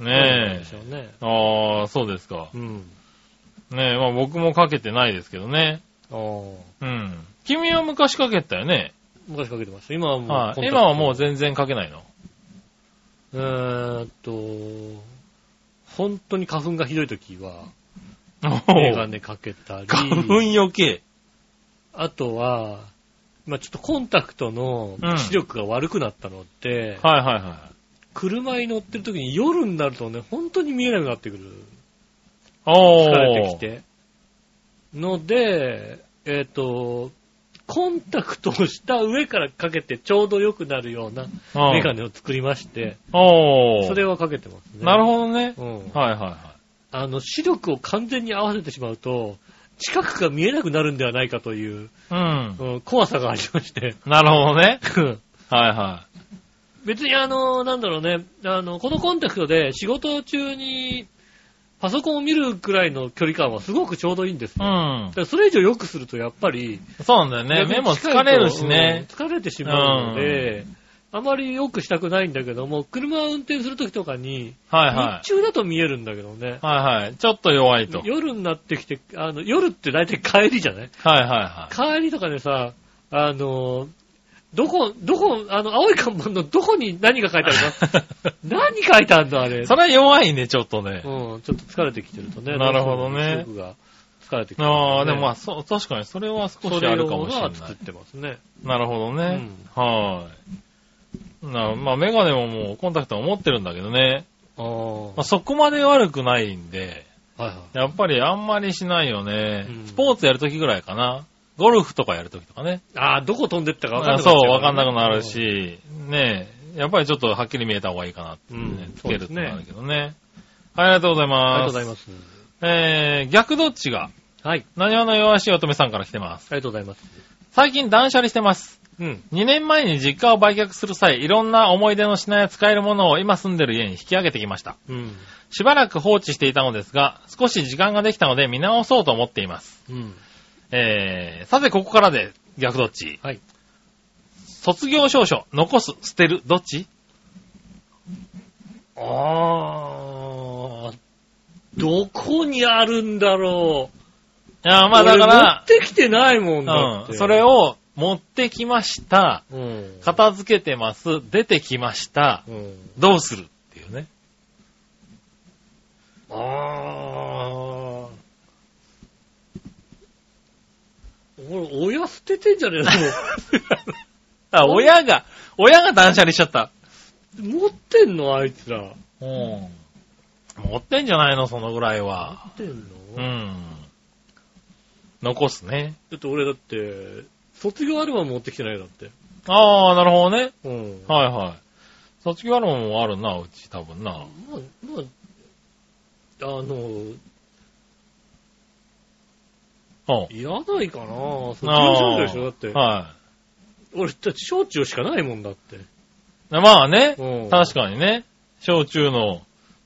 そうなんねでしょうね。え。ああ、そうですか。うん。ねえ、まあ僕もかけてないですけどね。ああ。うん。君は昔かけたよね。昔かけてました。今はもう、はい。コンタクト今はもう全然かけ ないの。えーっと、本当に花粉がひどい時は、メガネかけたり、花粉余計。あとは、まあちょっとコンタクトのうん視力が悪くなったのって、はいはいはい。車に乗ってる時に夜になるとね、本当に見えなくなってくる。おー。疲れてきて。ので、えーっと、コンタクトをした上からかけてちょうど良くなるようなうん。メガネを作りまして、おー。それはかけてますね。なるほどね。ど。うん。はいはいはあの、視力を完全に合わせてしまうと、近くが見えなくなるんではないかという、い。うん怖さがありまして。うん。 なるほどね。はいは別にあの、なんだろうね、あの、このコンタクトで仕事中にパソコンを見るくらいの距離感はすごくちょうどいいんですよ。い。だからそれ以上良くするとやっぱり、うん。そうなんだよね。逆に目も近い疲とれるしね。うん疲れてしまうので、あまり良くしたくないんだけども、車を運転するときとかに、はいは日中だと見えるんだけどねい。。はいはい。ちょっと弱いと。はい夜になってきて、あの、夜って大体帰りじゃないはい は帰りとかでさ、あのーどこ、どこ、あの、青い看板のどこに何が書いてあるの何書いてあるのあれ。い。それは弱いね、ちょっとね。うん、ちょっと疲れてきてるとね。なるほどね僕が疲れてきてる、ああ、でもまあ、そう、確かにそれは少そしれああるるかかももししれれなないい。。作ってますね。なるほどね。はーい。なまあ、メガネももうコンタクトは持ってるんだけどね。ああ、はまあ、そこまで悪くないんで、いはい。やっぱりあんまりしないよね。うんスポーツやるときぐらいかな。ゴルフとかやるときとかね。ああ、どこ飛んでったか分かんあなくそなっちゃう、らねわかんなくなる。し、ねえ、やっぱりちょっとはっきり見えた方がいいかなって、ねうんつけるとなそうでるけどね。はい、ありがとうござういんまあす。りがとうございます。えー、逆どっちが、はい、何話の弱しい乙女さんから来てます。ありがとうございます。最近断捨離してます。うん。 2年前に実家を売却する際、いろんな思い出の品や使えるものを今住んでる家に引き上げてきました。うん。しばらく放置していたのですが、少し時間ができたので見直そうと思っています。うん。えー、さてここからで逆どっちはい。卒業証書、残す、捨てる、どっちああ、どこにあるんだろう。いやー、まあだから、俺持ってきてないもんだって。うん、それを、を持ってきました。うん。片付けてます。出てきました。うん。どうするっていうね。ああ。俺、親捨ててんじゃねえ あ、親が、親が断捨離しちゃった。 の持ってんのあいつら。持うん。持ってんじゃないのそのぐらいはっ。てんの、うん。残すね。だって俺だって、卒業アルバム持ってきてないよだって。ああ、なるほどね。うん。はいはい。卒業アルバムもあるな、うち多分な。まあ、まあ、あの、ういらないかな卒ん。業証書でしょだっあてー。は俺たち小中しかないもんだって。い。まあね。うん。確かにね。小中の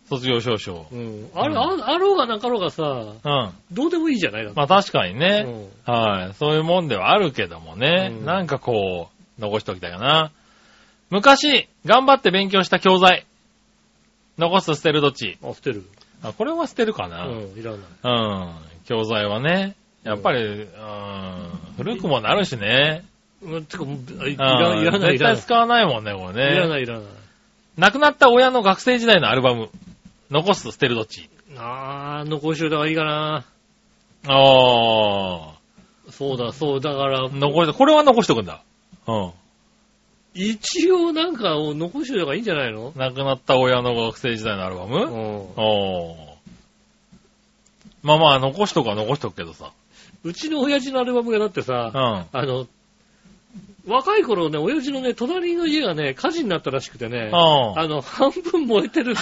卒業証書。うん。あれ、うんああろうがなかろうがさ、うん。どうでもいいじゃないだってまあ確かにね、うんはい。そういうもんではあるけどもね、うんなんかこう、残しておきたいかな。昔、頑張って勉強した教材。残す、捨てる、どっちあ、捨てる。あ、これは捨てるかうな。うん。ん、いらない。教材はね、やっぱり、うん、古くもなるしね。うん、てか、もうあいいうんらいらない、いら絶対ない。使わないもんね、これね。いらない、いらない。亡くなった親の学生時代のアルバム。残す、捨てる、どっちあー、残しといた方がいいかな。ああ。そうだ、そう、だから、残し、これは残しとくんだ。うん。一応なんかを残しといた方がいいんじゃないの亡くなった親の学生時代のアルバム、うん。おーまあまあ、残しとくは残しとくけどさ。うちの親父のアルバムがだってうさ、ん。あの、若い頃ね、親父のね、隣の家がね、火事になったらしくてね、ああの、半分燃えて るんで。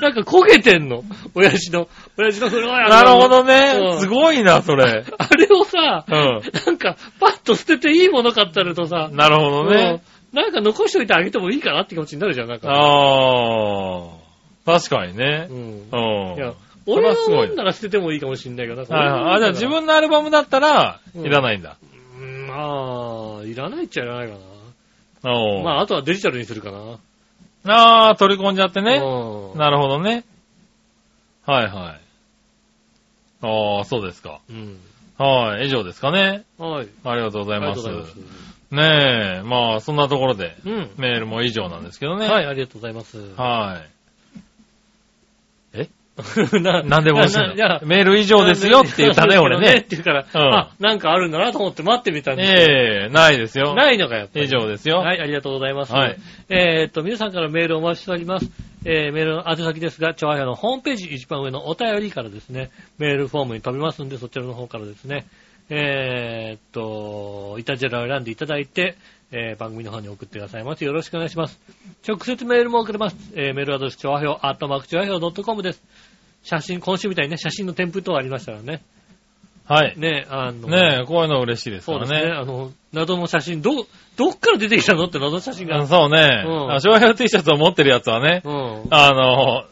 なんか焦げてんの。親父の、親父の古いあ。なるほどうね。んすごいな、それ。あれをさ、うん。なんか、パッと捨てていいもの買ったらとさ、なるほどね。うんなんか残しといてあげてもいいかなって気持ちになるじゃん、なんか。ああ。確かにねう。んう。ん。いや、れ俺はすのごいもんなら捨ててもいいかもしんないけど、なんかはいはいあ、じゃあ自分のアルバムだったら、うんいらないんだ。うんまあ、いらないっちゃいらないかおな。うまあ、あとはデジタルにするかな。ああ、取り込んじゃってね。うんなるほどね。はいはい。ああ、そうですか。うん。はい、以上ですかね。はい。ありがとうごあざいりがまとうす。ございます。ねえ、まあ、そんなところで、うん。メールも以上なんですけどね。。はいい、ありがとうございます。はい。 ななんでも欲しいなないやの。メール以上ですよって言ったね、俺なんでねっ。て言うから、うんあ、なんかあるんだなと思って待ってみたんですけええないですどよ。ないのか、やっぱり。以上ですよ。はい、ありがとうございます。はいえーっと、皆さんからメールをお待ちしております。えー、メールの宛先ですが、調和表のホームページ一番上のお便りからですね、メールフォームに飛びますんで、そちらの方からですね、えーっと、イタジェラを選んでいただいて、えー番組の方に送ってくださいませ。よろしくお願いします。直接メールも送れます。えーメールアドレス、調和表、アットマーク調和表 .com です。写真、今週みたいにね、写真の添付等ありましたらね、はい。ね、あの、ねえ、こういうの嬉しいですかそうでらすね、ね。あの、謎の写真、ど、どっから出てきたのって謎の写真うがん。そうね。うんあ、昭和 T シャツを持ってるやつはね、うん。あの、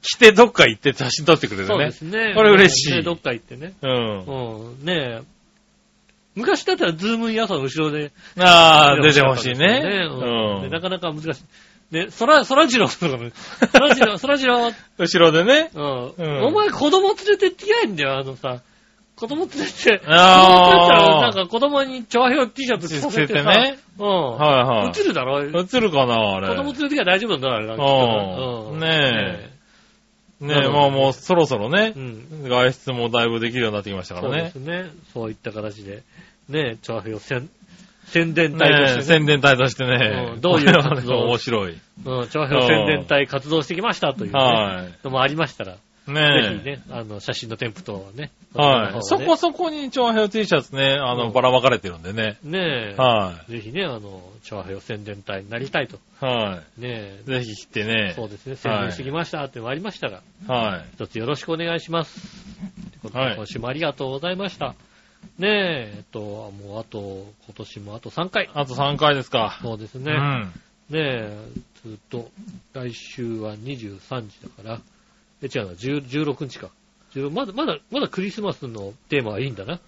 着てどっか行って写真撮ってくれるね。そうですね。これ嬉しいねどっか行ってね。うんう。ん。ねえ。昔だったらズームイン朝の後ろで。ああ、出てほしいやっね。てましたからねうんうでんなかなか難しい。ね、そら、そらジローとかね。そらジ ロー、そらジロー。後ろでね。うんうん。お前子供連れてってきないんだよ、あのさ。子供連れて。あ子供ーだったら、なんか子供に長編 T シャツ着させて着せてねね。うん。は映るだろ。い子はい。映るかな、あれ。供連れてきゃ大丈夫なんだろ、あれなんかきっとううんん。ねえ。なねえ、るほどまあもうそろそろねえう、ん。外出もだいぶできるようになってきましたかそうらでねす。ね。そういった形で、ね、チャーフィーを宣宣伝隊とねえ、してね、宣伝隊としてねう。んどういう活動を 面白い。うん、チャーフィーを宣伝隊活動してきましたという、ねはのもありましたら、い。ねぜひえ。ね、あの、写真の添付等はね。はい。ちそらの方こをねそこに長編 T シャツね、あうの、んばらまかれてるんでね。ねえ、はぜひね、あの、チャーフィーを宣伝隊になりたいと。い。はねい。ぜひ来てえ、ね。そうですね、宣伝してきましたってのもありましたら、は一つよろしくお願いします。ということではい今週もありがとうございました。ねえ、えっと、もうあと、今年もあと3回い。。あと3回ですか。そうですうね。ん。ねえ、ずっと、来週は23時だから、え、違うな、10 16日か。16まだ、まだ、まだクリスマスのテーマはいいんだな。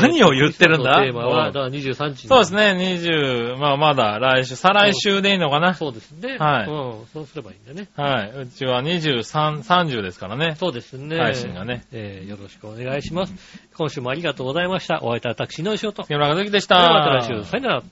何を言ってるんだクリスマスのテーマは、うだんから23時そうです。ね、20、まあまだ来週、再来週でいいのかな。そうですね。はいうん、そうすればいいんだね。はい。うちは23、30ですからね。そうですね。配信がね。えーよろしくお願いします。今週もありがとうございました。お会いいたい私、井上翔と。杉村和之でした。また来週、さよなら。